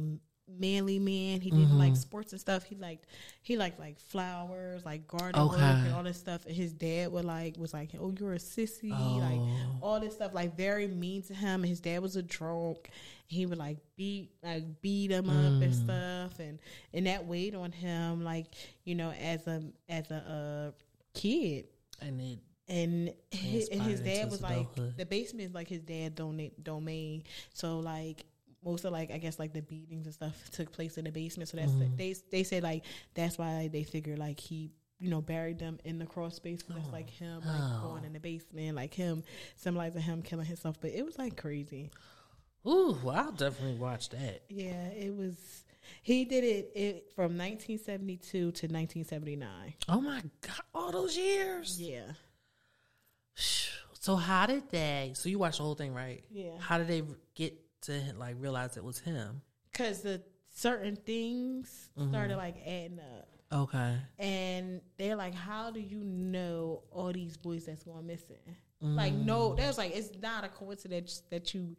S2: manly man. He didn't like
S3: Mm-hmm.
S2: sports and stuff. He liked he liked like flowers, like garden work
S3: Okay.
S2: and all this stuff. And his dad would like was like, oh, you're a sissy,
S3: Oh.
S2: like all this stuff. Like very mean to him. And his dad was a drunk. He would like beat like beat him up
S3: Mm.
S2: and stuff, and and that weighed on him. Like you know, as a as a uh, kid
S3: And it
S2: and his, and his
S3: Transpired into
S2: dad
S3: his
S2: was like
S3: adulthood.
S2: the basement is like his dad donate domain so like most of like i guess like the beatings and stuff took place in the basement so that's
S3: Mm-hmm.
S2: they they said like that's why they figured like he you know buried them in the cross space 'cause that's like him like
S3: Oh.
S2: going in the basement like him symbolizing him killing himself but it was like crazy
S3: Ooh, well, I'll definitely watch that.
S2: yeah it was he did it, it from 1972 to 1979
S3: Oh my god, all those years.
S2: yeah
S3: So how did they? So you watched the whole thing, right?
S2: Yeah.
S3: How did they get to like realize it was him?
S2: because the certain things
S3: Mm-hmm.
S2: started like adding up
S3: Okay.
S2: and they're like, "How do you know all these boys that's going missing?" Like, no, that's like it's not a coincidence that you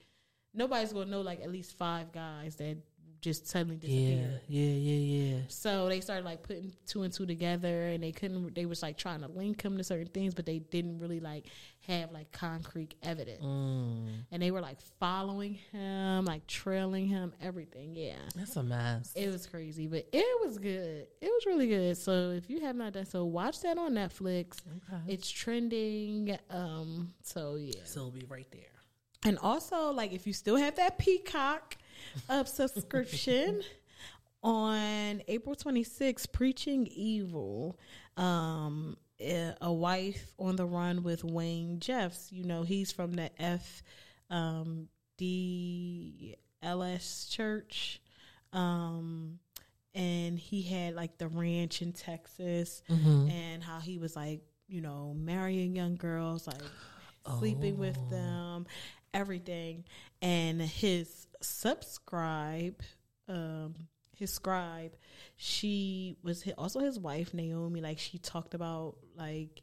S2: nobody's gonna know like at least five guys that just suddenly
S3: Yeah.
S2: disappeared.
S3: Yeah. Yeah. Yeah.
S2: So they started like putting two and two together, and they couldn't. They was like trying to link him to certain things, but they didn't really like have like concrete evidence. And they were like following him, like trailing him, everything. Yeah.
S3: That's a mess.
S2: It was crazy, but it was good. It was really good. So if you have not done so, watch that on Netflix.
S3: Okay.
S2: It's trending. Um, so yeah.
S3: So it'll be right there.
S2: And also, like if you still have that Peacock uh, subscription on April 26th, Preaching Evil, um, eh, a wife on the run with Wayne Jeffs. You know, he's from the F um, D L S Church. Um, and he had like the ranch in Texas and how he was like, you know, marrying young girls, like sleeping with them, everything. And his subscribe, um, his scribe, she was hi- also his wife, Naomi. Like, she talked about, like,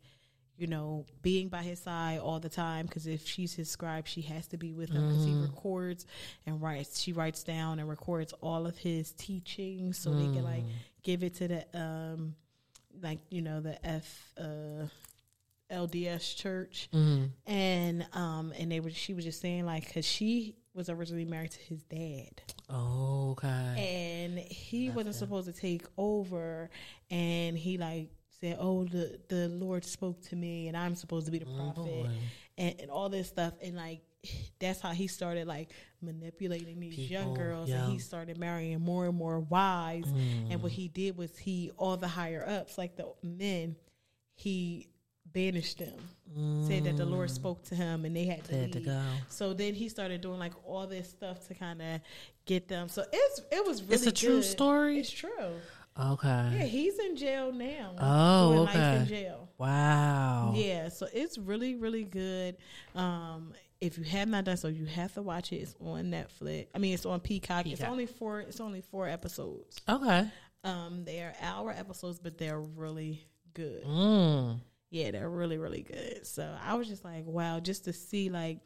S2: you know, being by his side all the time because if she's his scribe, she has to be with him because he records and writes. She writes down and records all of his teachings so they can like give it to the um, like you know the F uh, LDS church, and um, and they were she was just saying like because she was originally married to his dad
S3: Oh, okay.
S2: and he wasn't supposed to take over and he like said oh the the lord spoke to me and i'm supposed to be the
S3: Oh,
S2: prophet and, and all this stuff and like that's how he started like manipulating these young
S3: People,
S2: girls
S3: yeah. Mm.
S2: and he started marrying more and more wives and what he did was he all the higher ups like the men he banished them said that the lord spoke to him and they had to,
S3: Mm. They had to
S2: leave.
S3: go.
S2: so then he started doing like all this stuff to kind of get them so it's it was really
S3: It's a true
S2: good.
S3: story?
S2: it's true
S3: Okay.
S2: yeah he's in jail now
S3: Oh,
S2: Doing life in
S3: okay. Oh.
S2: jail
S3: Wow.
S2: yeah, so it's really, really good. Um, if you have not done so, you have to watch it. It's on Netflix. I mean, it's on Peacock. It's
S3: Peacock.
S2: only four. It's only four episodes.
S3: Okay.
S2: Um, they are hour episodes, but they're really good.
S3: Mm.
S2: Yeah, they're really, really good. So I was just like, wow, just to see like,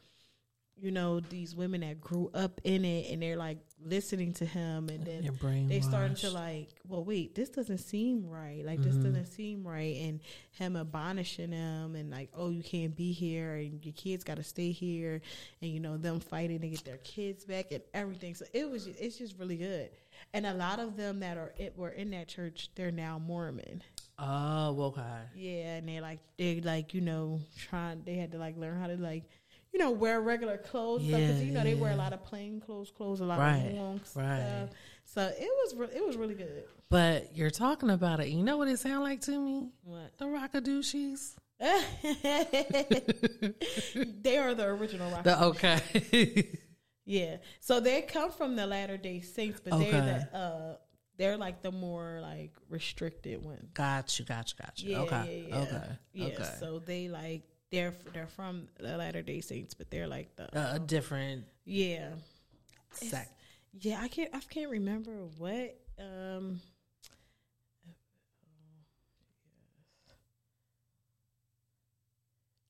S2: you know, these women that grew up in it and they're like listening to him, and then
S3: Your brain.
S2: they started to like, well, wait, this doesn't seem right. Like
S3: Mm-hmm.
S2: this doesn't seem right, and him admonishing them, and like, oh, you can't be here, and your kids got to stay here, and you know them fighting to get their kids back and everything. So it was, it's just really good. And a lot of them that are it were in that church, they're now Mormon.
S3: Oh, okay.
S2: Yeah, and they like they like you know trying. They had to like learn how to like you know wear regular clothes because
S3: Yeah,
S2: you know they wear a
S3: yeah.
S2: lot of plain clothes, clothes a lot
S3: Right,
S2: of long
S3: right.
S2: stuff. So it was re- it was really good.
S3: But you're talking about it. You know what it sound like to me?
S2: What?
S3: The Rockadoochies.
S2: they are the original rock.
S3: The okay.
S2: yeah. So they come from the Latter Day Saints, but
S3: Okay.
S2: they're the uh they're like the more like restricted one.
S3: got you. Got you. Got you.
S2: Yeah,
S3: okay.
S2: yeah, yeah.
S3: Okay.
S2: Yeah.
S3: Okay.
S2: So they like they're they're from the Latter Day Saints, but they're like the
S3: a a different
S2: yeah
S3: sect.
S2: yeah. I can't I can't remember what um.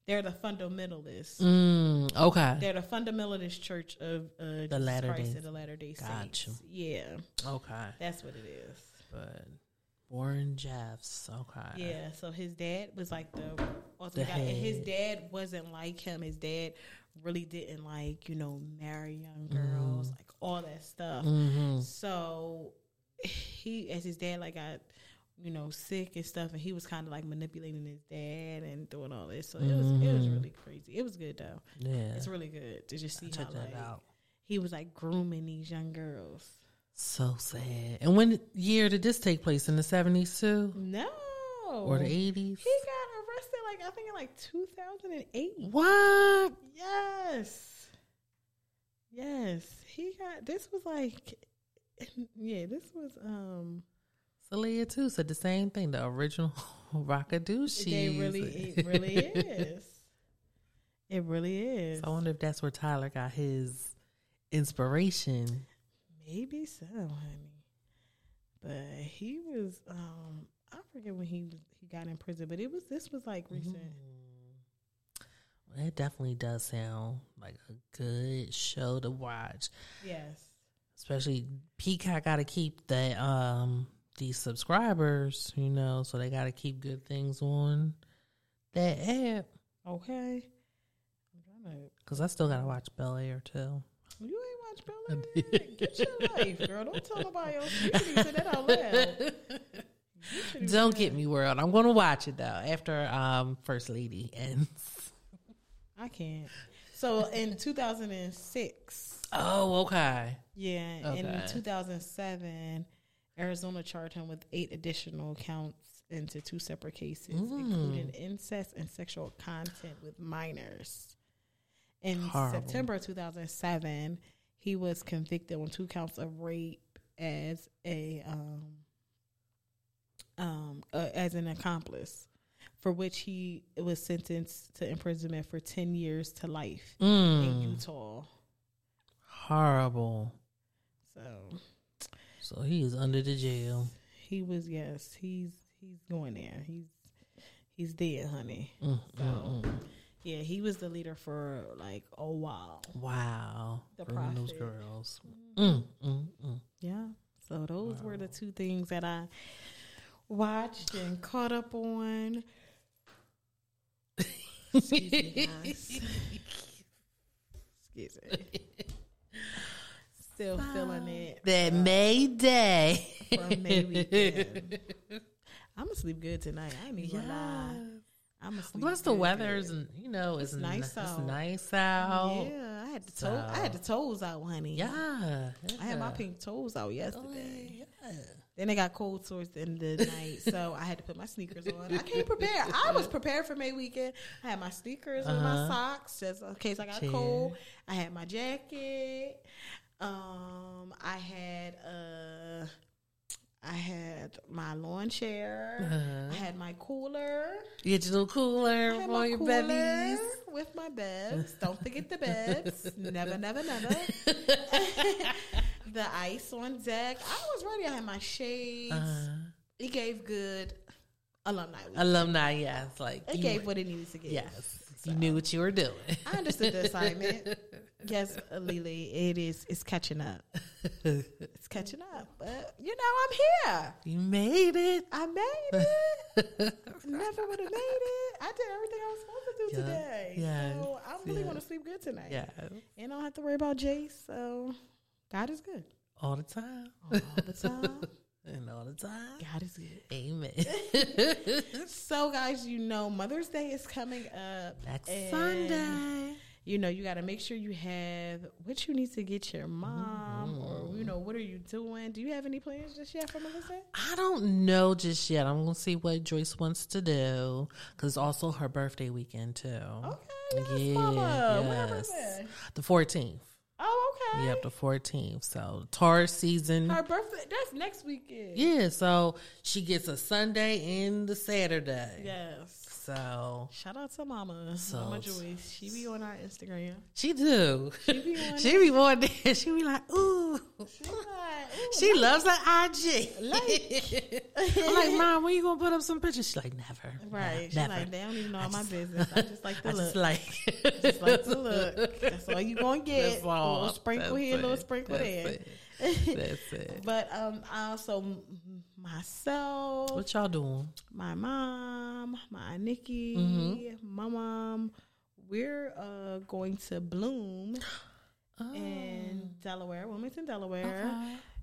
S2: They're the fundamentalists.
S3: Mm, okay.
S2: They're the fundamentalist church of uh,
S3: The
S2: Jesus
S3: Latter-day-
S2: Christ and the Latter Day Saints.
S3: Gotcha.
S2: Yeah,
S3: Okay.
S2: that's what it is.
S3: But Warren Jeffs. Okay.
S2: Yeah, so his dad was like the ultimate
S3: The
S2: guy, and his
S3: head.
S2: dad wasn't like him. His dad really didn't like you know marry young girls,
S3: Mm.
S2: like all that stuff.
S3: Mm-hmm.
S2: So he, as his dad, like got you know sick and stuff, and he was kind of like manipulating his dad and doing all this. So it was it was really crazy. It was good though.
S3: Mm-hmm. Yeah.
S2: It's really good to just see how
S3: Check that
S2: like,
S3: out.
S2: he was like grooming these young girls.
S3: So sad. And when year did this take place? In the seventies too,
S2: No.
S3: or the eighties?
S2: He got arrested like I think in like 2008.
S3: What?
S2: Yes. Yes. He got this was like yeah, this was um
S3: Celia too said the same thing. The original Rockadoochie.
S2: they really it really is. It really is.
S3: I wonder if that's where Tyler got his inspiration.
S2: Maybe so, honey. But he was um I forget when he was he got in prison, but it was this was like recent.
S3: That definitely does sound like a good show to watch.
S2: Yes.
S3: especially Peacock got to keep the um these subscribers, you know, so they got to keep good things on that app.
S2: Okay. I'm trying to
S3: Cause I still gotta watch Bel Air too.
S2: You ain't watch Bel Air. Get your life, girl. Don't tell nobody else. You shouldn't even say that out loud.
S3: Don't get me world. I'm gonna watch it though after um First Lady ends.
S2: I can't. So in 2006,
S3: Oh, okay.
S2: yeah, and
S3: Okay.
S2: in 2007, Arizona charged him with eight additional counts into two separate cases,
S3: Mm.
S2: including incest and sexual content with minors. In
S3: Horrible.
S2: September 2007, he was convicted on two counts of rape as a um, um, uh, as an accomplice, for which he was sentenced to imprisonment for ten years to life in
S3: Mm.
S2: Utah.
S3: Horrible.
S2: So
S3: So he is under the jail.
S2: he was yes he's he's going there he's he's dead honey
S3: Mm,
S2: so
S3: mm, mm.
S2: yeah he was the leader for like a while
S3: Wow.
S2: The
S3: Ruining those
S2: prophet.
S3: girls. Mm, mm, mm.
S2: yeah so those were the two things that i watched and caught up on excuse me guys excuse me still feeling it
S3: That May Day.
S2: from May weekend i'm gonna sleep good tonight i ain't even gonna lie i'm gonna sleep
S3: Plus the
S2: good,
S3: weather
S2: good.
S3: is, you know, it's,
S2: nice
S3: nice it's
S2: out.
S3: nice out.
S2: Yeah, I had the toe. I had the toes out, honey.
S3: Oh, Yeah.
S2: I had my pink toes out yesterday. Then it got cold towards the end of the night, so I had to put my sneakers on. I can't prepare. I was prepared for May weekend. I had my sneakers and my socks just in case I got
S3: Yeah.
S2: cold. I had my jacket. Um, I had uh, I had my lawn chair. I had my cooler.
S3: You Get your little
S2: I
S3: cooler
S2: had
S3: for
S2: my
S3: your
S2: cooler
S3: babies.
S2: with my bevs. Don't forget the bevs. never, never, never. the ice on deck. I was ready. I had my shades.
S3: Uh-huh.
S2: It gave good alumni week.
S3: Alumni, yes. Like
S2: It
S3: you-
S2: gave what it needed to give.
S3: Yes. You knew what you were doing.
S2: I understood the assignment. yes, Lily, it is. It's catching up. It's catching up. But you know, I'm here.
S3: You made it.
S2: I made it. Never would have made it. I did everything I was supposed to do
S3: Yeah.
S2: today.
S3: Yes.
S2: So I'm really
S3: Yes.
S2: going to sleep good tonight.
S3: Yeah.
S2: And I don't have to worry about Jace. So God is good
S3: All the time.
S2: all the time.
S3: And all the time.
S2: God is good.
S3: Amen.
S2: So guys, you know Mother's Day is coming up.
S3: That's
S2: and,
S3: Sunday.
S2: You know you got to make sure you have what you need to get your mom, or you know what are you doing? Do you have any plans just yet for Mother's Day?
S3: I don't know just yet. I'm gonna see what Joyce wants to do because it's also her birthday weekend too.
S2: Okay, Oh, yes, Mama. Whatever it is.
S3: the 14th.
S2: Oh, okay.
S3: Yep, the 14th. So Taurus season.
S2: Her birthday. That's next weekend.
S3: yeah, so she gets a Sunday and the Saturday.
S2: Yes.
S3: So
S2: Shout out to Mama, Mama Joyce. She be on our Instagram.
S3: she do. She
S2: be on
S3: be on there. She be like, ooh.
S2: She,
S3: She loves her IG. I'm like, Mom, when you gonna put up some pictures? She's like, never.
S2: right. She
S3: Never.
S2: like they don't even know all my business. I just like to
S3: I
S2: look.
S3: just like
S2: Just like to look. That's all you gonna get.
S3: That's
S2: A
S3: all.
S2: little sprinkle
S3: That's
S2: here, a little
S3: it.
S2: sprinkle
S3: That's
S2: there.
S3: it. That's it.
S2: But um, I also m- myself,
S3: What y'all doing?
S2: my mom, my Nikki,
S3: Mm-hmm.
S2: my mom, we're uh going to Bloom
S3: Oh.
S2: in Delaware, Wilmington, Delaware.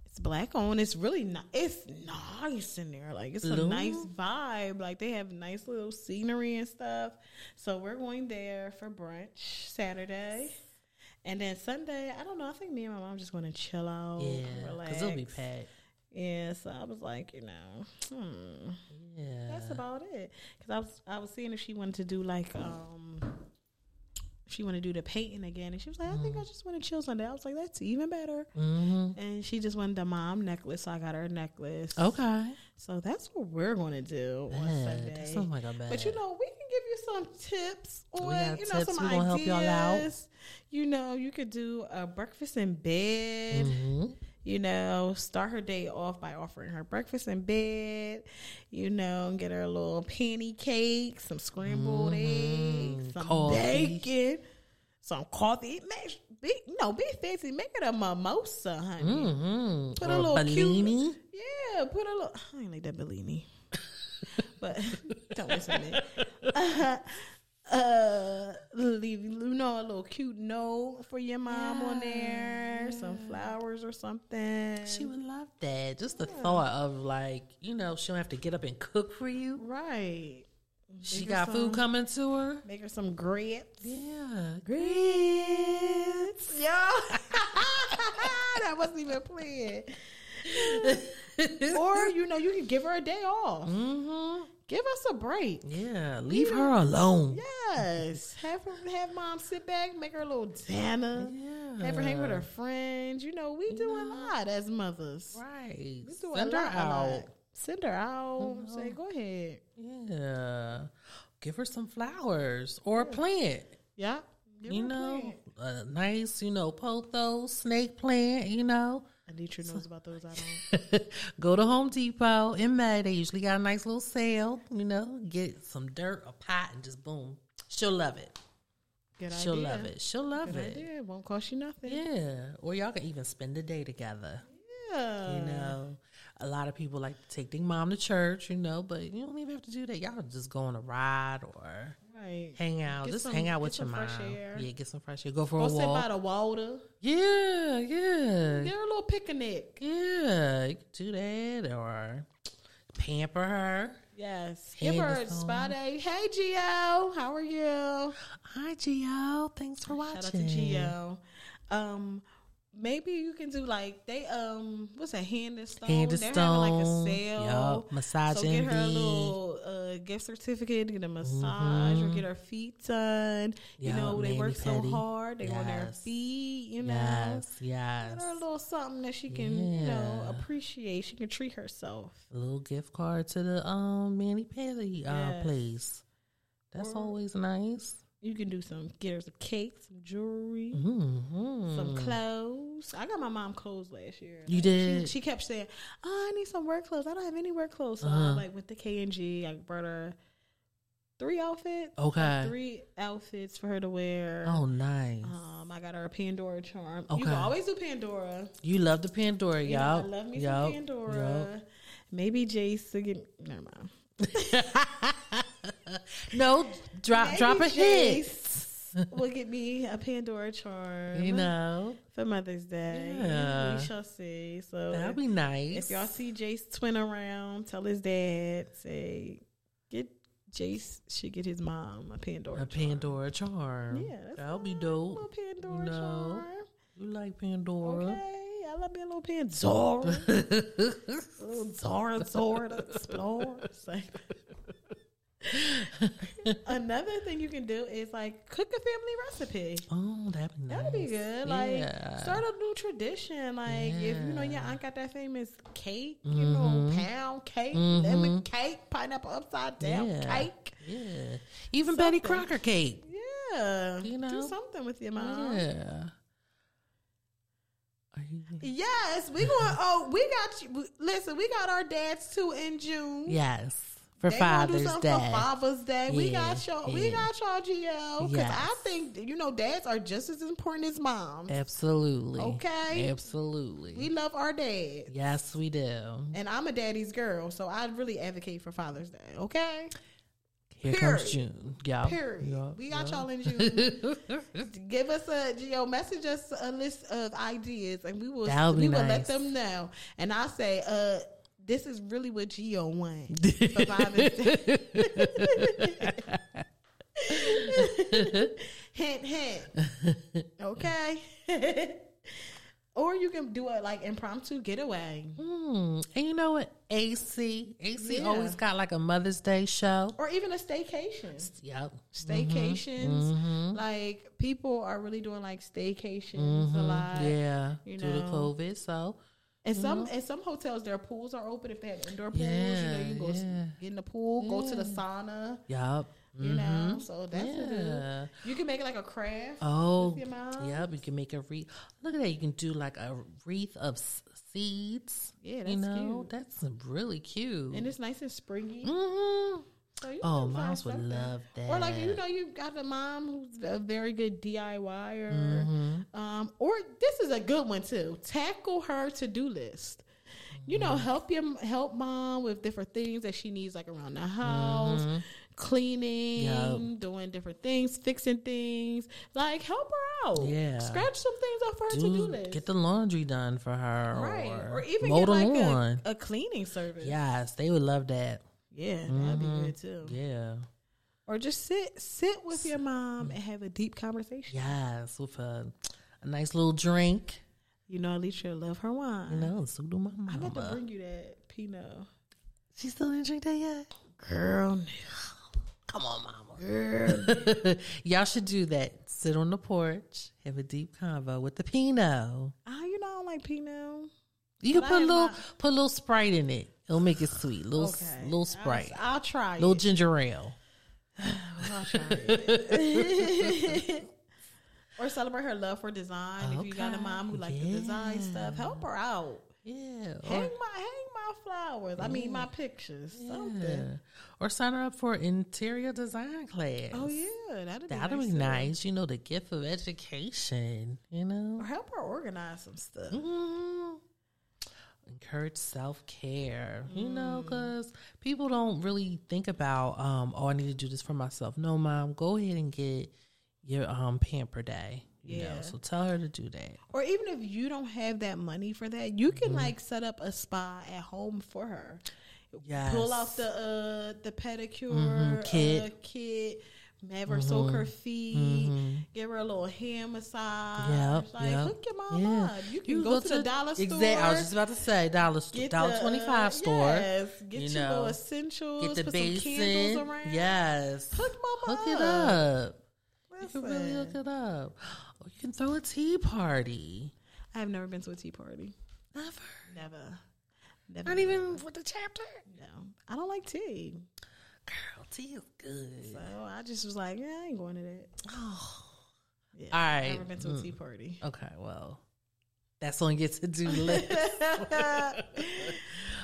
S2: It's black owned. It's really nice. It's nice in there. Like it's a
S3: Bloom?
S2: nice vibe. Like they have nice little scenery and stuff. So we're going there for brunch Saturday. And then Sunday, I don't know. I think me and my mom just want to chill out,
S3: Yeah,
S2: relax.
S3: because it'll be packed.
S2: Yeah, so I was like, you know, hmm,
S3: Yeah.
S2: that's about it. Because I was, I was seeing if she wanted to do like, um, she wanted to do the painting again, and she was like, I think I just want to chill Sunday. I was like, that's even better.
S3: Mm. Mm-hmm.
S2: And she just wanted the mom necklace, so I got her a necklace.
S3: Okay.
S2: so that's what we're gonna do on
S3: Yeah,
S2: Sunday.
S3: that sounds like a bad.
S2: But you know, we can give you some tips on
S3: got
S2: you know
S3: tips.
S2: some
S3: We gonna
S2: ideas.
S3: help y'all out.
S2: You know, you could do a breakfast in bed.
S3: Mhm.
S2: You know, start her day off by offering her breakfast in bed. You know, get her a little panty cake, some scrambled eggs, some
S3: Mm-hmm. Coffee.
S2: bacon, some coffee. Make, be, no, be fancy. Make it a mimosa, honey.
S3: Mhm.
S2: Put
S3: Or
S2: a little
S3: Bellini.
S2: Cute, yeah, put a little. I ain't like that Bellini, but don't listen to me. Uh, uh, leave you know a little cute note for your mom on there, some flowers or something.
S3: She would love that. Just the thought of like, you know, she don't have to get up and cook for you.
S2: right.
S3: She
S2: Make her
S3: got
S2: some-
S3: food coming to her.
S2: Make her some grits.
S3: Yeah.
S2: Grits, yo. that wasn't even planned. or you know, you can give her a day off.
S3: hmm
S2: Give us a break.
S3: Yeah, leave her alone.
S2: Yes, have her, have mom sit back, make her a little dinner,
S3: Yeah.
S2: have her hang
S3: Uh.
S2: with her friends. You know, we do a lot as mothers.
S3: Right.
S2: We do
S3: Send
S2: a
S3: her
S2: lot, a lot.
S3: out.
S2: Send her out.
S3: Uh-huh.
S2: Say, go ahead.
S3: Yeah. Give her some flowers or a plant.
S2: Yeah. Give
S3: you
S2: her a
S3: know,
S2: plan.
S3: a nice, you know, pothos, snake plant, you know.
S2: Anitra knows about those. I don't.
S3: Go to Home Depot in May. They usually got a nice little sale, you know. Get some dirt, a pot, and just boom. She'll love it.
S2: Good
S3: She'll
S2: idea.
S3: love it. She'll love
S2: Good
S3: it.
S2: idea. It won't cost you nothing.
S3: Yeah. Or y'all can even spend the day together.
S2: Yeah.
S3: You know, a lot of people like to take their mom to church, you know, but you don't even have to do that. Y'all can just go on a ride or
S2: Right.
S3: hang out.
S2: Get
S3: just
S2: some-
S3: hang out
S2: get
S3: with your
S2: some
S3: mom.
S2: fresh air.
S3: Yeah, get some fresh air. Go for
S2: Go
S3: a
S2: sit by
S3: walk.
S2: the water.
S3: yeah, yeah,
S2: Get
S3: yeah.
S2: her a little picnic.
S3: You could do that or pamper her.
S2: Yes.
S3: Hand
S2: Give her
S3: the
S2: a
S3: phone.
S2: spa day. Hey, Gio. How are you?
S3: Hi, Gio. Thanks for watching.
S2: Shout out to Gio. Um, maybe you can do like they um, what's that? Hand and stone.
S3: Hand and
S2: Oh, They're
S3: Stone.
S2: having like a sale.
S3: Yup. Massage
S2: So get her a
S3: Envy.
S2: little uh, gift certificate, get a massage, or get her feet done.
S3: Mm-hmm. Yup,
S2: You know they work so
S3: mani-pedi.
S2: hard. They on their
S3: Yes.
S2: feet. You know.
S3: Yes,
S2: Get
S3: yes.
S2: her a little something that she can, you know,
S3: Yeah.
S2: appreciate. She can treat herself.
S3: A little gift card to the um Manny Petty uh,
S2: Yes.
S3: place. That's always nice.
S2: You can do some, get her some cake, some jewelry,
S3: Mm-hmm.
S2: some clothes. I got my mom clothes last year.
S3: You
S2: Like,
S3: did?
S2: She, she kept saying, "Oh, I need some work clothes. I don't have any work clothes." So I,
S3: Uh-huh.
S2: like with the K and G, I brought her three outfits,
S3: Okay.
S2: three outfits for her to wear.
S3: Oh, nice.
S2: Um, I got her a Pandora charm. You
S3: Okay.
S2: can always do Pandora.
S3: You love the Pandora,
S2: You know, I
S3: y'all.
S2: love me some Pandora.
S3: Yup.
S2: Maybe Jace to get. Never mind.
S3: No, drop
S2: Maybe
S3: drop a hit.
S2: Jace will get me a Pandora charm.
S3: You know
S2: for Mother's Day.
S3: Yeah.
S2: We shall see. So
S3: that'd
S2: if-
S3: be nice.
S2: if y'all see Jace twin around, tell his dad, say, get Jace should get his mom a Pandora.
S3: a Pandora charm,
S2: Yeah, that's
S3: that'll be
S2: a little
S3: dope.
S2: Pandora
S3: No.
S2: charm.
S3: You like Pandora?
S2: Okay, I love me a little Pandora. a little Zora Zora to explore. It's like- Another thing you can do is like cook a family recipe.
S3: Oh, that'd be nice.
S2: That'd be good. Like
S3: Yeah.
S2: start a new tradition. Like if you know your aunt got that famous cake, you
S3: Mm-hmm.
S2: know, pound cake, lemon cake, pineapple upside down
S3: Yeah.
S2: cake.
S3: yeah, even Betty Crocker cake.
S2: Yeah.
S3: You know?
S2: Do something with your mom.
S3: Yeah. Are you?
S2: Yes, we going oh, we got you we- listen, we got our dads too in June.
S3: Yes, for
S2: They gonna do
S3: Father's
S2: something for
S3: Day.
S2: Father's Day. We
S3: Yeah,
S2: got y'all. We
S3: yeah.
S2: got y'all, Gio. Because
S3: Yes. Eh.
S2: I think you know, dads are just as important as moms.
S3: Absolutely.
S2: Okay.
S3: Absolutely.
S2: We love our dads.
S3: yes, we do.
S2: And I'm a daddy's girl, so I really advocate for Father's Day. Okay,
S3: Here
S2: Period.
S3: comes June. Y'all.
S2: period.
S3: Y'all.
S2: we got y'all in June. Give us a you know, message us a list of ideas, and we will
S3: That'll
S2: we
S3: be
S2: will let
S3: nice.
S2: them know. And I say, uh, this is really what Geo won for Father's Day. hint, hint. Okay. Or you can do a like impromptu getaway,
S3: Hmm. And you know what? AC. AC
S2: Yeah.
S3: always got like a Mother's Day show.
S2: or even a staycation.
S3: Yep. Mm-hmm.
S2: staycations. Like people are really doing like staycations a lot.
S3: Mm-hmm. Yeah. Mm-hmm.
S2: you
S3: Due to
S2: know.
S3: COVID. So,
S2: And some and some hotels their pools are open if they have indoor pools. you know, you
S3: Yeah,
S2: can go s
S3: yeah.
S2: get in the pool, go to the sauna.
S3: yep.
S2: You know, so that's a good.
S3: Mm-hmm. Yeah.
S2: You can make it like a craft.
S3: Oh,
S2: your mom.
S3: yep. You can make a wreath. Look at that. You can do like a wreath of s- seeds.
S2: Yeah,
S3: you
S2: that's
S3: know,
S2: cute.
S3: that's really cute.
S2: And it's nice and springy.
S3: Mhm.
S2: So you can
S3: Oh,
S2: find
S3: moms would
S2: something.
S3: love that.
S2: Or like you know, you've got a mom who's a very good DIYer.
S3: Mm-hmm.
S2: Um, or this is a good one too. Tackle her to do list. You know,
S3: Mm-hmm.
S2: help your help mom with different things that she needs, like around the house, cleaning,
S3: Mm-hmm. Yup.
S2: doing different things, fixing things. Like help her out.
S3: Yeah.
S2: scratch some things off her to do
S3: do
S2: list.
S3: Mm, get the laundry done for her,
S2: right,
S3: Or,
S2: or, even
S3: mow
S2: get
S3: the
S2: like a,
S3: lawn.
S2: a cleaning service.
S3: yes, they would love that.
S2: yeah, that'd
S3: Mm-hmm.
S2: be good too.
S3: Yeah,
S2: Or just sit sit with your mom and have a deep conversation.
S3: yes, with a, a nice little drink.
S2: You know, Alicia love her wine.
S3: No, so do my
S2: I meant to
S3: mama.
S2: bring you that Pinot.
S3: She still didn't drink that yet.
S2: Girl, no.
S3: Come on, mama. Y'all should do that. Sit on the porch, have a deep convo with the Pinot.
S2: Ah, you know I don't like Pinot.
S3: You can
S2: But I
S3: put a
S2: am
S3: little
S2: not-
S3: put a little Sprite in it. It'll make it sweet. Little s-
S2: Okay.
S3: little Sprite,
S2: I'll, I'll try
S3: little
S2: it.
S3: ginger ale.
S2: I'll try it. or celebrate her love for design. If you got a
S3: Okay.
S2: mom who like to design stuff, help her out.
S3: Yeah.
S2: Hang my
S3: Or,
S2: hang my flowers. I mean my pictures. Something.
S3: yeah. or sign her up for an interior design class.
S2: Oh yeah, that'd be
S3: That'll
S2: nice.
S3: be
S2: too.
S3: nice. You know, the gift of education, you know?
S2: Or help her organize some stuff.
S3: Mm. Encourage self care, you
S2: Mm.
S3: know, because people don't really think about, um, oh, I need to do this for myself. No, mom, go ahead and get your um pamper day. You know,
S2: Yeah.
S3: so tell her to do that.
S2: Or even if you don't have that money for that, you
S3: Mm-hmm.
S2: can like set up a spa at home for her.
S3: Yes.
S2: Pull out the uh the pedicure
S3: Mhm, kit. Mm-hmm.
S2: uh, kit, have her soak her feet, give her a little hand massage.
S3: Yep,
S2: like
S3: yep.
S2: hook your mom
S3: Yeah.
S2: up. You can go, to, the dollar store.
S3: Exactly. I was just about to say dollar store,
S2: get
S3: dollar
S2: the, uh,
S3: twenty five store.
S2: Yes, get
S3: you
S2: you your
S3: know.
S2: little essentials.
S3: Get the
S2: put some
S3: basin.
S2: candles around.
S3: Yes.
S2: hook mama
S3: Hook it
S2: up.
S3: up. You can really
S2: Listen.
S3: hook it up. Or you can throw a tea party.
S2: I have never been to a tea party.
S3: Never.
S2: Never, never.
S3: Not even with the chapter.
S2: No, I don't like tea.
S3: Girl, tea is good.
S2: So I just was like, yeah, I ain't going to that.
S3: Oh.
S2: Yeah,
S3: All right.
S2: Never been to a tea party.
S3: Okay, well, that's on your to do list.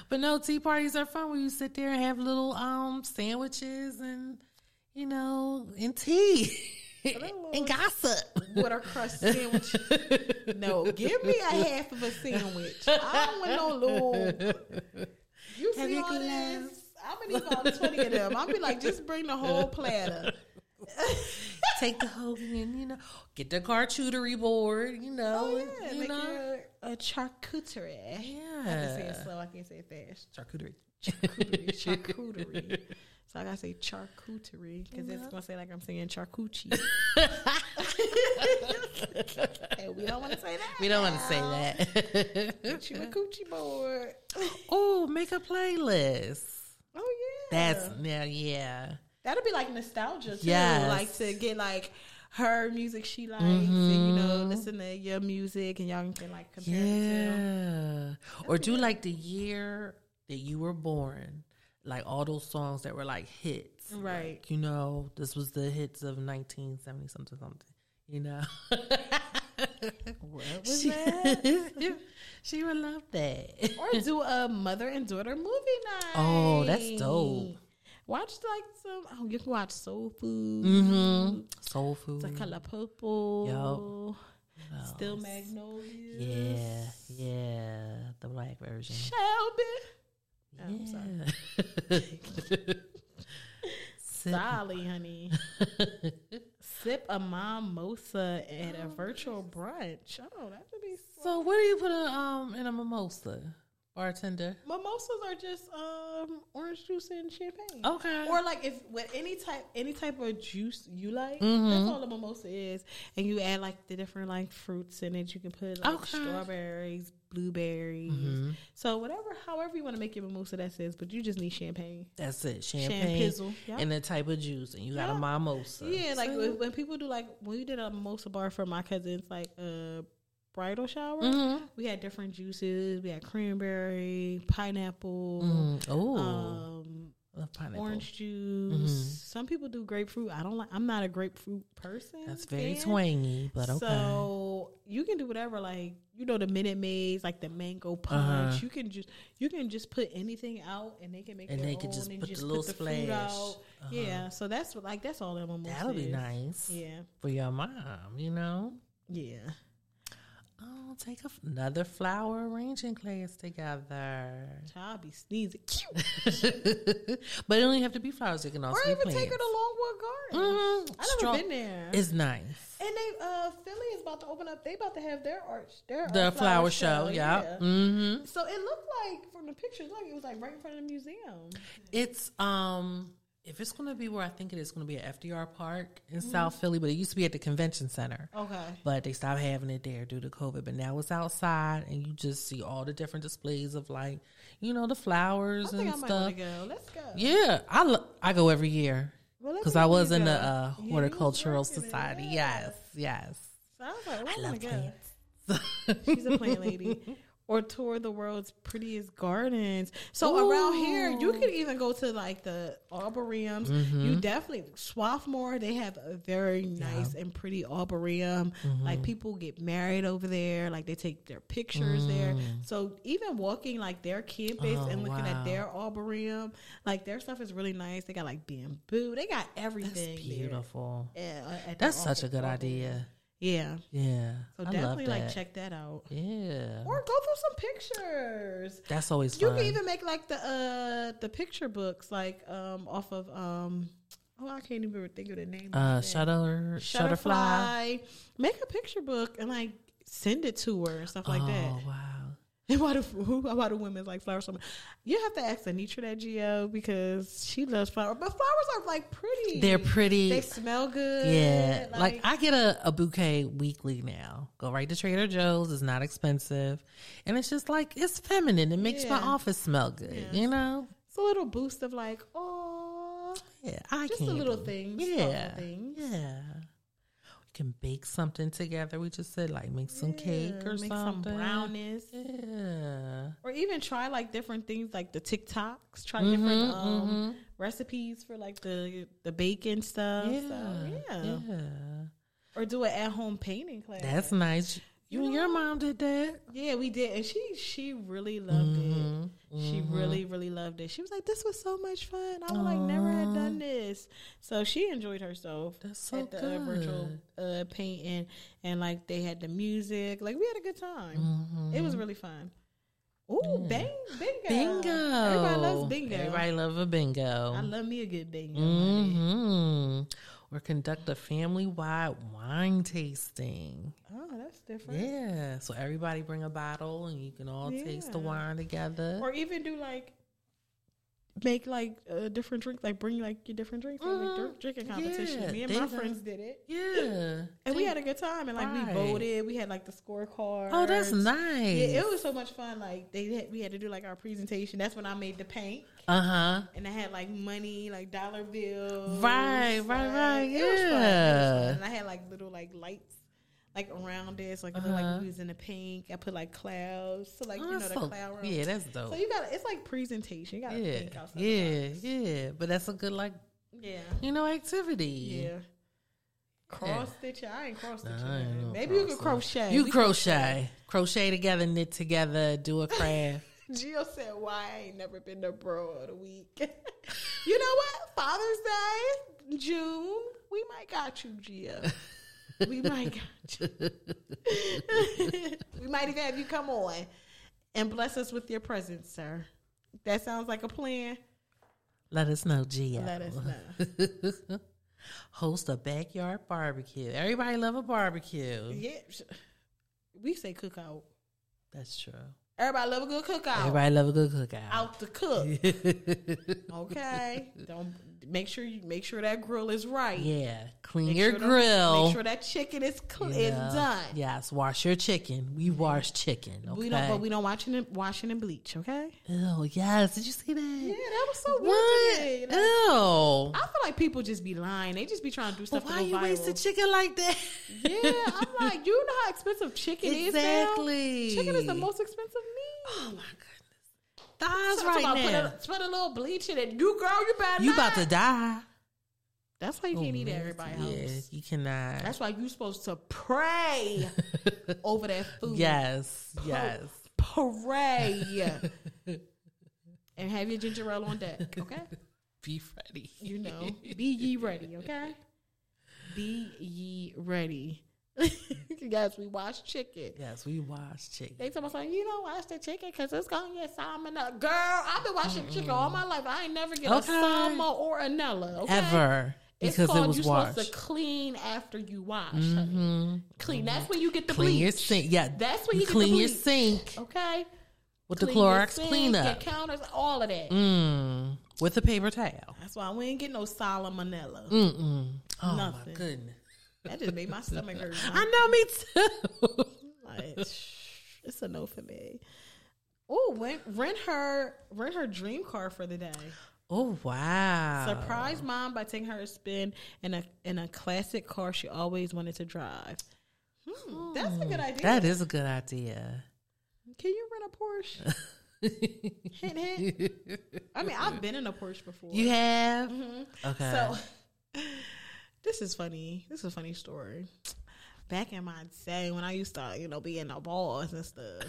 S3: but no, tea parties are fun where you sit there and have little um sandwiches and you know and tea and gossip.
S2: With a crust sandwich. no, give me a half of a sandwich. I don't want no lube. You
S3: Have
S2: see
S3: your
S2: all
S3: glass.
S2: this? I'm gonna eat all 20 of them. I'm be like, just bring the whole platter.
S3: Take the whole and you know get the charcuterie board. You know,
S2: Oh, yeah,
S3: and, you
S2: make
S3: know,
S2: it a, a charcuterie. I can say it
S3: yeah,
S2: slow, I can't say it fast.
S3: charcuterie.
S2: charcuterie. charcuterie. So I gotta say charcuterie because
S3: Uh-huh.
S2: it's gonna say like I'm saying charcuterie. and we don't want to say that.
S3: We don't want to say that.
S2: Get you a coochie board.
S3: oh, make a playlist.
S2: Oh yeah,
S3: That's now, yeah.
S2: that'll be like nostalgia too.
S3: Yes.
S2: Like to get like her music she likes, and you know,
S3: Mm-hmm.
S2: listen to your music, and y'all can like compare. It to.
S3: Yeah. Or do like the year that you were born, like all those songs that were like hits.
S2: Right.
S3: You know, this was the hits of 1970 something something. You know. what
S2: was
S3: she,
S2: that?
S3: she would love that.
S2: or do a mother and daughter movie night.
S3: Oh, that's dope.
S2: Watch like some. Oh, you can watch Soul Food.
S3: Mm-hmm. Soul food.
S2: The color purple. Still Magnolia.
S3: yeah, yeah, the black version.
S2: Shelby. Oh, I'm sorry.
S3: Yeah. Sip-
S2: Sorry, honey. Sip a mimosa at
S3: Oh,
S2: a virtual brunch. Oh, that would be. So-
S3: So, what do you put in, um in a mimosa, bartender?
S2: Mimosas are just um orange juice and champagne.
S3: Okay.
S2: Or like if with any type any type of juice you like,
S3: Mm-hmm.
S2: that's all a mimosa is. And you add like the different like fruits in it. You can put like
S3: Okay. Mm-hmm.
S2: strawberries, blueberries. So whatever, however you want to make your mimosa, that says. But you just need champagne.
S3: That's it, champagne
S2: Champizzle, yeah.
S3: and that type of juice, and you got a
S2: Yeah.
S3: mimosa.
S2: Yeah, like
S3: See?
S2: when, when people do like when we did a mimosa bar for my cousin's like uh, bridal shower,
S3: Mhm.
S2: we had different juices. We had cranberry, pineapple,
S3: Mm, oh,
S2: um,
S3: love pineapple.
S2: orange juice.
S3: Mm-hmm.
S2: Some people do grapefruit. I don't like. I'm not a grapefruit person.
S3: That's very
S2: fan.
S3: twangy, but okay.
S2: So you can do whatever, like you know, the Minute Maids, like the mango punch. You can just you can just put anything out, and they can make
S3: Uh-huh. And
S2: their
S3: they can
S2: own
S3: just
S2: and
S3: put
S2: just
S3: the little
S2: put the fruit
S3: splash. Uh-huh.
S2: out. Yeah, so that's what like that's all that mimosa.
S3: That'll be
S2: is.
S3: nice
S2: Yeah,
S3: for your mom, you know.
S2: yeah.
S3: Oh, take a f- another flower arranging class together.
S2: Child be sneezing,
S3: but it don't even have to be flowers; it can also
S2: or
S3: be
S2: even
S3: plants.
S2: take her to Longwood Garden.
S3: Mhm,
S2: I never
S3: straw-
S2: been there.
S3: It's nice.
S2: and they uh Philly is about to open up. They about to have their arch, their
S3: The
S2: uh,
S3: flower show, yeah. Mm-hmm.
S2: So it looked like from the pictures, like it was like right in front of the museum.
S3: It's um If it's going to be where I think it is going to be at FDR Park in
S2: Mm-hmm.
S3: South Philly, but it used to be at the convention center.
S2: Okay.
S3: But they stopped having it there due to COVID. But now it's outside, and you just see all the different displays of like, you know, the flowers
S2: I
S3: and
S2: think I might
S3: stuff.
S2: want to go. Let's go.
S3: Yeah, I lo- I go every year
S2: Well, let me
S3: because I
S2: know
S3: was
S2: you
S3: in the
S2: go.
S3: uh,
S2: Yeah, you was
S3: horticultural
S2: working it,
S3: society.
S2: yeah.
S3: Yes, yes.
S2: So I was like, well, I, love
S3: love
S2: plants. She's a plant lady. Or tour the world's prettiest gardens. So around here, you could even go to like the arboreums.
S3: Mm-hmm.
S2: You definitely Swarthmore. They have a very nice and pretty arboreum.
S3: Mm-hmm.
S2: Like people get married over there. Like they take their pictures there. So even walking like their campus
S3: Mm. Oh,
S2: and looking
S3: wow.
S2: at their arboreum, like their stuff is really nice. They got like bamboo. They got everything.
S3: That's beautiful.
S2: There. at- at the
S3: That's such a
S2: arbor-
S3: good idea.
S2: Yeah.
S3: Yeah,
S2: So
S3: I love
S2: definitely
S3: that.
S2: like check that out.
S3: Yeah,
S2: Or go through some pictures.
S3: that's always
S2: You
S3: fun.
S2: can even make like the uh the picture books like um off of um oh I can't even think of the name. of
S3: uh,
S2: it.
S3: shutter, shutterfly.
S2: Shutterfly. Make a picture book and like send it to her and stuff like
S3: Oh
S2: that.
S3: wow.
S2: And why the who why do women like flowers so much? You have to ask Anitra that Geo because she loves flowers. But flowers are like pretty.
S3: They're pretty.
S2: They smell good.
S3: Yeah, like, I get a, a bouquet weekly now. Go right to Trader Joe's. It's not expensive, and it's just like it's feminine. It makes my
S2: Yeah.
S3: office smell good. You know.
S2: it's a little boost of like, oh
S3: Yeah, I
S2: just
S3: can.
S2: the little things. small little
S3: Yeah,
S2: things.
S3: yeah. We can bake something together. We just said like make some cake
S2: Yeah,
S3: or
S2: make
S3: something.
S2: some brownies,
S3: Yeah.
S2: or even try like different things, like the TikToks. Try different um, recipes for like the the baking stuff.
S3: Yeah.
S2: So, yeah.
S3: yeah.
S2: or do an at home painting class.
S3: That's nice. You and your mom did that.
S2: yeah, we did, and she she really loved
S3: Mm-hmm.
S2: it. She really really loved it. She was like, "This was so much fun. I would like never had done this." So she enjoyed herself.
S3: That's so
S2: at the uh, virtual uh, painting, and like they had the music. Like we had a good time.
S3: Mm-hmm.
S2: It was really fun. Ooh, bang, bingo.
S3: Bingo.
S2: Everybody loves bingo.
S3: Everybody loves a bingo.
S2: I love me a good bingo.
S3: hmm Or conduct a family wide wine tasting.
S2: Oh, that's different.
S3: Yeah. So everybody bring a bottle and you can all taste the
S2: Yeah.
S3: wine together.
S2: Or even do like make like a different drink, like bring like your different drinks and make drink- drinking competition.
S3: Mm-hmm. Yeah,
S2: me and
S3: they
S2: my
S3: done-
S2: friends did it.
S3: yeah.
S2: And we had a good time, and like
S3: Right.
S2: we voted. We had like the scorecard.
S3: Oh, that's nice.
S2: Yeah, it was so much fun. Like they had, we had to do like our presentation. That's when I made the paint.
S3: uh huh.
S2: and I had like money, like dollar bills.
S3: Right, right,
S2: like,
S3: right,
S2: It was fun. It was
S3: yeah.
S2: fun. And I had like little like lights like around it. So like it looked
S3: Uh-huh.
S2: like we was in the pink. I put like clouds. So like you know the cloud room.
S3: yeah, that's dope.
S2: So you got to it's like presentation. You got to
S3: Oh. yeah,
S2: think outside. the box.
S3: yeah, yeah. But that's a good like
S2: Yeah.
S3: you know activity.
S2: Yeah. Cross stitching. I ain't cross stitching.
S3: I ain't
S2: yet.
S3: no
S2: Maybe you could crochet.
S3: You
S2: We-
S3: crochet, crochet together, knit together, do a craft.
S2: Jill said, "Why I ain't never been to bro of the week." you know what? Father's Day, June, we might got you, Jill. We might got you. we might even have you come on and bless us with your presence, sir. That sounds like a plan.
S3: Let us know, Gia.
S2: Let us know.
S3: Host a backyard barbecue. Everybody love a barbecue.
S2: Yeah, sh- we say cookout.
S3: That's true.
S2: Everybody love a good cookout.
S3: Everybody love a good cookout.
S2: Out the cook. okay. Don't make sure you make sure that grill is right.
S3: Yeah, clean
S2: Make
S3: your
S2: sure the-
S3: grill.
S2: Make sure that chicken is cl- is
S3: Yeah.
S2: done.
S3: Yes, wash your chicken. We wash chicken. Okay?
S2: We don't, but we don't watch it, and- wash it and bleach. Okay.
S3: Ew, yes. Did you see that?
S2: Yeah, that was so
S3: What?
S2: weird. To me. Like,
S3: Ew.
S2: I feel like people just be lying. They just be trying to do
S3: But
S2: stuff.
S3: why
S2: to go
S3: you
S2: viral.
S3: waste the chicken like that?
S2: Yeah, I'm like, you know how expensive chicken
S3: exactly.
S2: is. now? Chicken is the most expensive meat.
S3: Oh my goodness. Thighs
S2: Talk about
S3: right
S2: put
S3: now.
S2: a, put a little bleach in it. You girl, you better.
S3: You
S2: not.
S3: about to die.
S2: That's why you can't eat at everybody's
S3: Oh, Yeah,
S2: house.
S3: you cannot.
S2: That's why you supposed to pray over that food.
S3: yes, yes.
S2: pray and have your ginger ale on deck okay
S3: Be ready.
S2: you know be ye ready okay be ye ready guys we wash chicken
S3: Yes, we wash chicken.
S2: they tell us like you don't wash the chicken because it's gonna get salmonella girl i've been washing chicken all my life i ain't never get
S3: Okay.
S2: a salmo or anella okay?
S3: Ever.
S2: it's
S3: Because
S2: called
S3: it was
S2: you
S3: washed. Mm-hmm.
S2: supposed to clean after you wash honey. clean that's when you get the
S3: Clean your
S2: bleach.
S3: sink. Yeah.
S2: That's when you get the
S3: clean your
S2: bleach.
S3: sink.
S2: Okay.
S3: with the Clorox
S2: sink,
S3: cleanup,
S2: your counters, all of that.
S3: mm, with the paper towel.
S2: That's why we ain't get no salmonella.
S3: Mm. Mm-mm. Oh
S2: Nothing.
S3: my goodness!
S2: That just made my stomach hurt.
S3: I know, me too.
S2: Like, it's a no for me. Oh, rent, rent her rent her dream car for the day.
S3: oh wow!
S2: Surprise mom by taking her a spin in a in a classic car she always wanted to drive. Hmm, That's a good idea.
S3: That is a good idea.
S2: Can you rent a Porsche? hint, hint. I mean, I've been in a Porsche before.
S3: You have okay.
S2: Mm-hmm. So this is funny. This is a funny story. Back in my day when I used to, you know, be in the bars and stuff.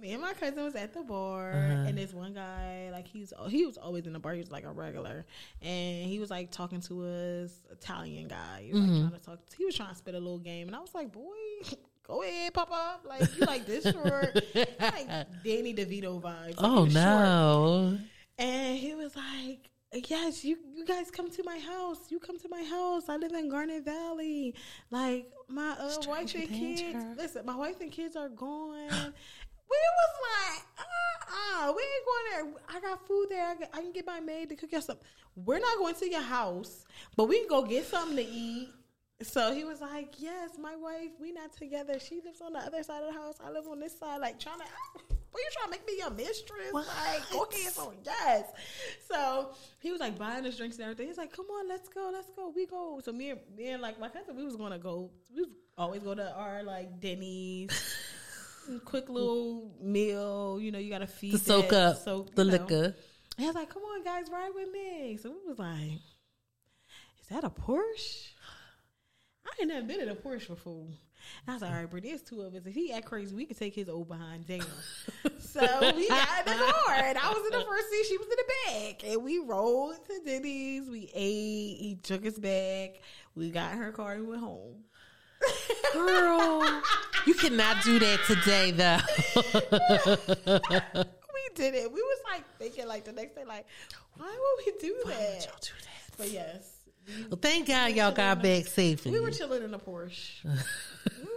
S2: Me and my cousin was at the
S3: Uh-huh.
S2: bar and this one guy, like he's he was always in the bar, he was like a regular. And he was like talking to us, Italian guy. He was
S3: Mm-hmm.
S2: like trying to talk he was trying to spit a little game and I was like, Boy, go ahead, pop up. Like you like this short. like Danny DeVito vibes.
S3: oh
S2: Like, you're short.
S3: no!
S2: And he was like, Yes, you, you guys come to my house. You come to my house. I live in Garnet Valley. Like my uh, wife and kids. Listen, my wife and kids are gone. we was like, uh, uh we ain't going there. I got food there. I, got- I can get my maid to cook us some. We're not going to your house, but we can go get something to eat. So he was like, "Yes, my wife. We not together. She lives on the other side of the house. I live on this side. Like trying to, what you trying to make me your mistress? Like, go get some. Yes." So he was like buying us drinks and everything. He's like, "Come on, let's go, let's go. We go." So me and me and like my cousin, we was gonna go. We was always go to our like Denny's. Quick little meal, you know, you gotta feed
S3: To soak
S2: that,
S3: up
S2: soak,
S3: the
S2: you know.
S3: liquor.
S2: And I was like, come on, guys, ride with me. So we was like, is that a Porsche? I ain't never been in a Porsche before. And I was like, all right, Brittany, it's two of us. If he act crazy, we could take his old behind down. so we got in the car, and I was in the first seat, she was in the back. And we rolled to Denny's, we ate, he took us back, we got in her car, and we went home.
S3: Girl, you cannot do that today, though.
S2: We did it. We was like thinking, like, the next day, like, why would we do that? But yes,
S3: Well, thank God y'all got back safely.
S2: We were chilling in a Porsche.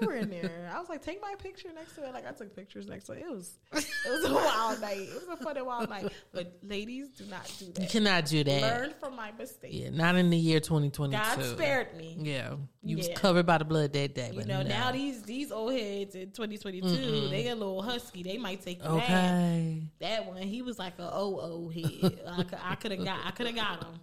S2: we were in there. I was like, take my picture next to it. Like I took pictures next to it. It was it was a wild night. It was a fun and wild night. But ladies, do not do
S3: you
S2: that.
S3: cannot do that.
S2: Learn from my mistakes.
S3: Yeah, not in the year 2022.
S2: God spared me.
S3: Yeah, you was
S2: Yeah.
S3: covered by the blood that day.
S2: You
S3: but
S2: know,
S3: no.
S2: now these these old heads in 2022, they a little husky. They might take you down.
S3: okay.
S2: That one, he was like a oh oh head. I could, I could have got I could have got him.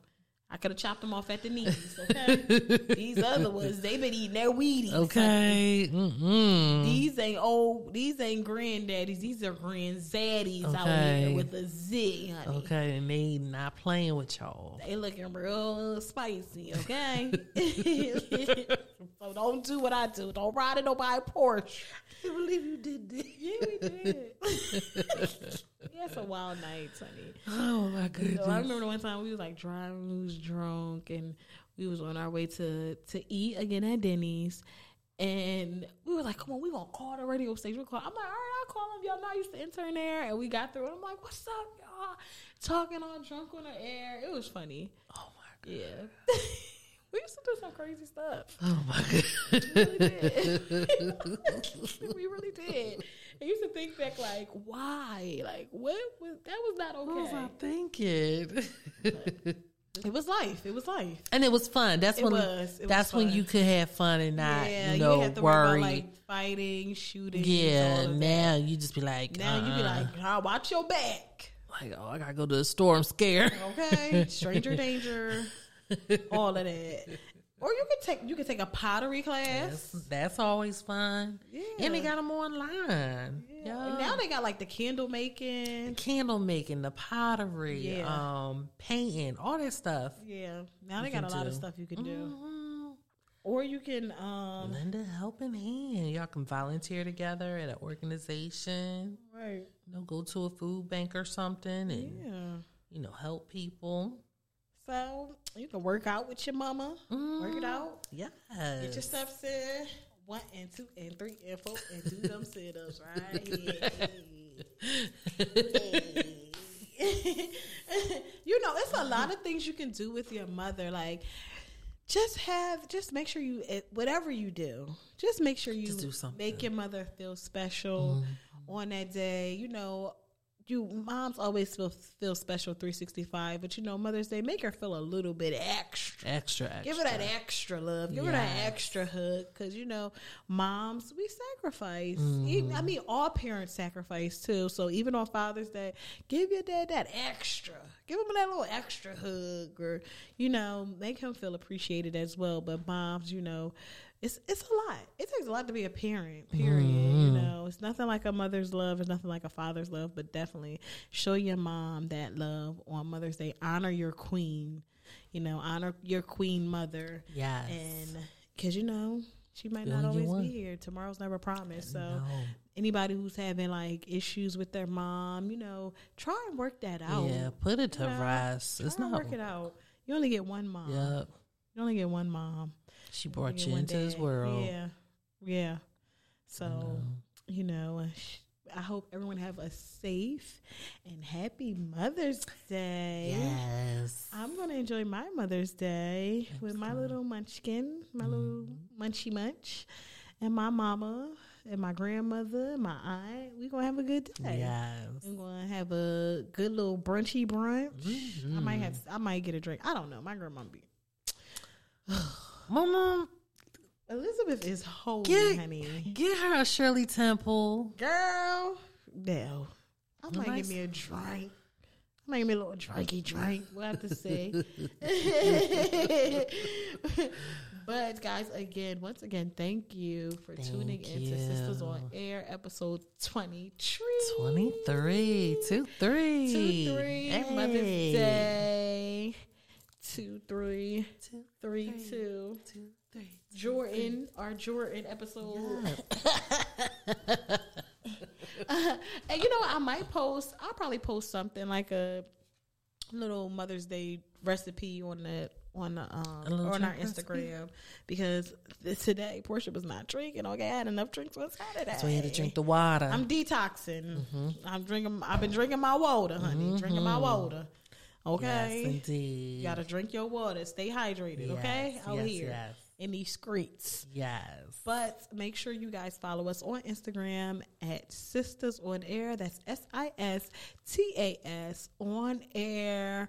S2: I could have chopped him off at the knees. Okay, these other ones, they been eating their Wheaties.
S3: Okay. Mm-mm.
S2: These ain't old. These ain't granddaddies. These are grandzaddies out
S3: Okay.
S2: here with a Z, honey.
S3: Okay, and they not playing with y'all.
S2: They looking real spicy. Okay, so don't do what I do. Don't ride in nobody's porch. I can't believe you did this. Yeah, we did. yeah, it's a wild night, honey.
S3: Oh my
S2: So I
S3: goodness.
S2: remember the one time we was like driving, we was drunk, and we was on our way to to eat again at Denny's, and we were like, "Come on, we gonna call the radio station." We call. I'm like, "All right, I'll call them." Y'all know I used to intern there, and we got through. And I'm like, "What's up, y'all?" Talking all drunk on the air. It was funny.
S3: Oh my.
S2: Yeah, we used to do some crazy stuff.
S3: Oh my goodness.
S2: We really did. we really did. I used to think back, like, why? Like, what was that? Was not okay.
S3: What was I thinking?
S2: It was life. It was life.
S3: and it was fun. That's
S2: It
S3: when
S2: was. It was
S3: that's when
S2: fun.
S3: you could have fun and not
S2: Yeah,
S3: you
S2: you
S3: know
S2: didn't have to
S3: worry.
S2: worry about like fighting, shooting.
S3: yeah,
S2: all of that.
S3: now you just be like
S2: now you be
S3: uh-uh.
S2: like, "Ah, watch your back,
S3: like oh I gotta go to the store. I'm scared.
S2: okay? Stranger danger, all of that. Or you could take you could take a pottery class.
S3: That's, that's always fun.
S2: Yeah.
S3: And they got them online.
S2: Yeah.
S3: Yeah.
S2: And now they got like the candle making.
S3: Candle making, the pottery,
S2: Yeah.
S3: um, painting, all that stuff.
S2: Yeah, now they got a
S3: can
S2: lot of
S3: do.
S2: stuff you can do. Mm-hmm.
S3: Mhm.
S2: Or you can um
S3: Lend a helping hand. Y'all can volunteer together at an organization.
S2: right.
S3: You know, go to a food bank or something, and
S2: Yeah.
S3: you know, help people.
S2: So you can work out with your mama. Work
S3: Mm-hmm.
S2: it out.
S3: Yes.
S2: Get your steps in. One and two and three and four and do them sit ups right here. you know, it's a lot of things you can do with your mother. Like, just have, just make eh, sure you, it- whatever you do, Mm-hmm. just make sure you
S3: Just do something.
S2: make your mother feel special on that day. You know, you moms always feel feel special 365, but you know Mother's Day make her feel a little bit extra.
S3: Extra, extra.
S2: Give her that extra love. Give her that extra hug, because you know, moms we sacrifice. Even- I mean, all parents sacrifice too. So even on Father's Day, give your dad that extra. Give him that little extra hug, or you know, make him feel appreciated as well. But moms, you know, it's it's a lot. It takes a lot to be a parent. Period. You know, it's nothing like a mother's love. It's nothing like a father's love. But definitely show your mom that love on Mother's Day. Honor your queen you know, honor your queen mother.
S3: Yes.
S2: And because, you know, she might
S3: The
S2: not
S3: only
S2: always
S3: one.
S2: be here. Tomorrow's never promised. So,
S3: No.
S2: anybody who's having like issues with their mom, you know, try and work that out.
S3: yeah, put it to
S2: You know,
S3: rest.
S2: Try
S3: It's
S2: and
S3: not.
S2: work it out. You only get one mom.
S3: Yep.
S2: You only get one mom.
S3: She
S2: You only
S3: brought
S2: get
S3: you
S2: one
S3: into this
S2: dad.
S3: world.
S2: Yeah. Yeah. So, you know, uh, sh- I hope everyone have a safe and happy Mother's Day.
S3: Yes.
S2: I'm gonna enjoy my Mother's Day with my little munchkin, my little munchy munch, and my mama and my grandmother, and my aunt. We're gonna have a good day.
S3: Yes.
S2: I'm gonna have a good little brunchy brunch. I might have I might get a drink. I don't know. My grandma be
S3: My mom,
S2: Elizabeth is holy,
S3: Get-
S2: honey.
S3: get her a Shirley Temple.
S2: Girl. No. I might
S3: Nice.
S2: give me a drink. I might give me a little drinky drink. We'll have to see. but guys, again, once again, thank you for tuning
S3: Thank
S2: in to Sisters
S3: you.
S2: on Air, episode twenty three.
S3: 23. 2 3.
S2: Two, three.
S3: Hey.
S2: Mother's Day. Two, three,
S3: Two,
S2: three, two.
S3: three. Two, three.
S2: Jordan, our Jordan episode. and you know, what? I might post. I'll probably post something like a little Mother's Day recipe on the on the
S3: A
S2: um
S3: little
S2: on our
S3: drink recipe?
S2: Instagram because th- today Portia was not drinking. Okay, I had enough drinks on Saturday.
S3: So we had to drink the Mm-hmm. water.
S2: I'm detoxing. I'm drinking. I've been drinking my water, honey. Drinking my water. Okay.
S3: Mm-hmm. Yes, indeed.
S2: You gotta drink your water. Stay hydrated, okay?
S3: Yes,
S2: Out
S3: yes,
S2: here
S3: yes.
S2: in these streets.
S3: yes.
S2: But make sure you guys follow us on Instagram at Sisters on Air. That's S I S T A S on air.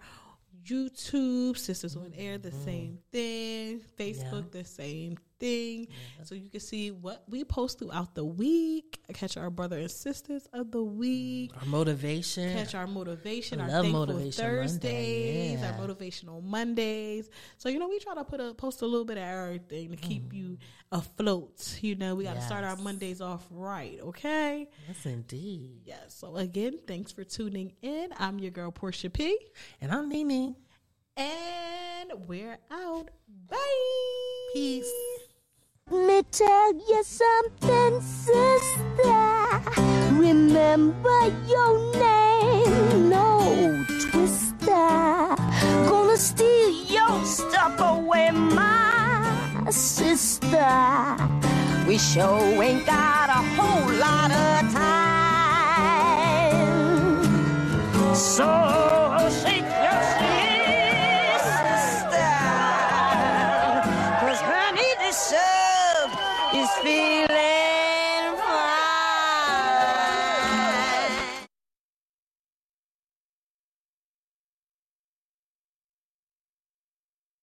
S2: YouTube, Sisters on Air, the same thing. Facebook, the same thing. So you can see what we post throughout the week. Catch our brother and sisters of the week
S3: Our motivation.
S2: catch our motivation, our
S3: Love
S2: thankful
S3: Motivation Monday,
S2: Thursdays,
S3: yeah.
S2: our motivational Mondays. So you know, we try to put a post a little bit of everything to keep you afloat. You know, we got to start our
S3: Mm. Yes.
S2: Mondays off right, okay?
S3: yes, indeed.
S2: Yes. So again, thanks for tuning in. I'm your girl Portia P,
S3: And I'm Nene.
S2: and we're out. Bye.
S3: Peace.
S1: Let me tell you something, sister. Remember your name, no twister. Gonna steal your stuff away, my sister. We sure ain't got a whole lot of time. So.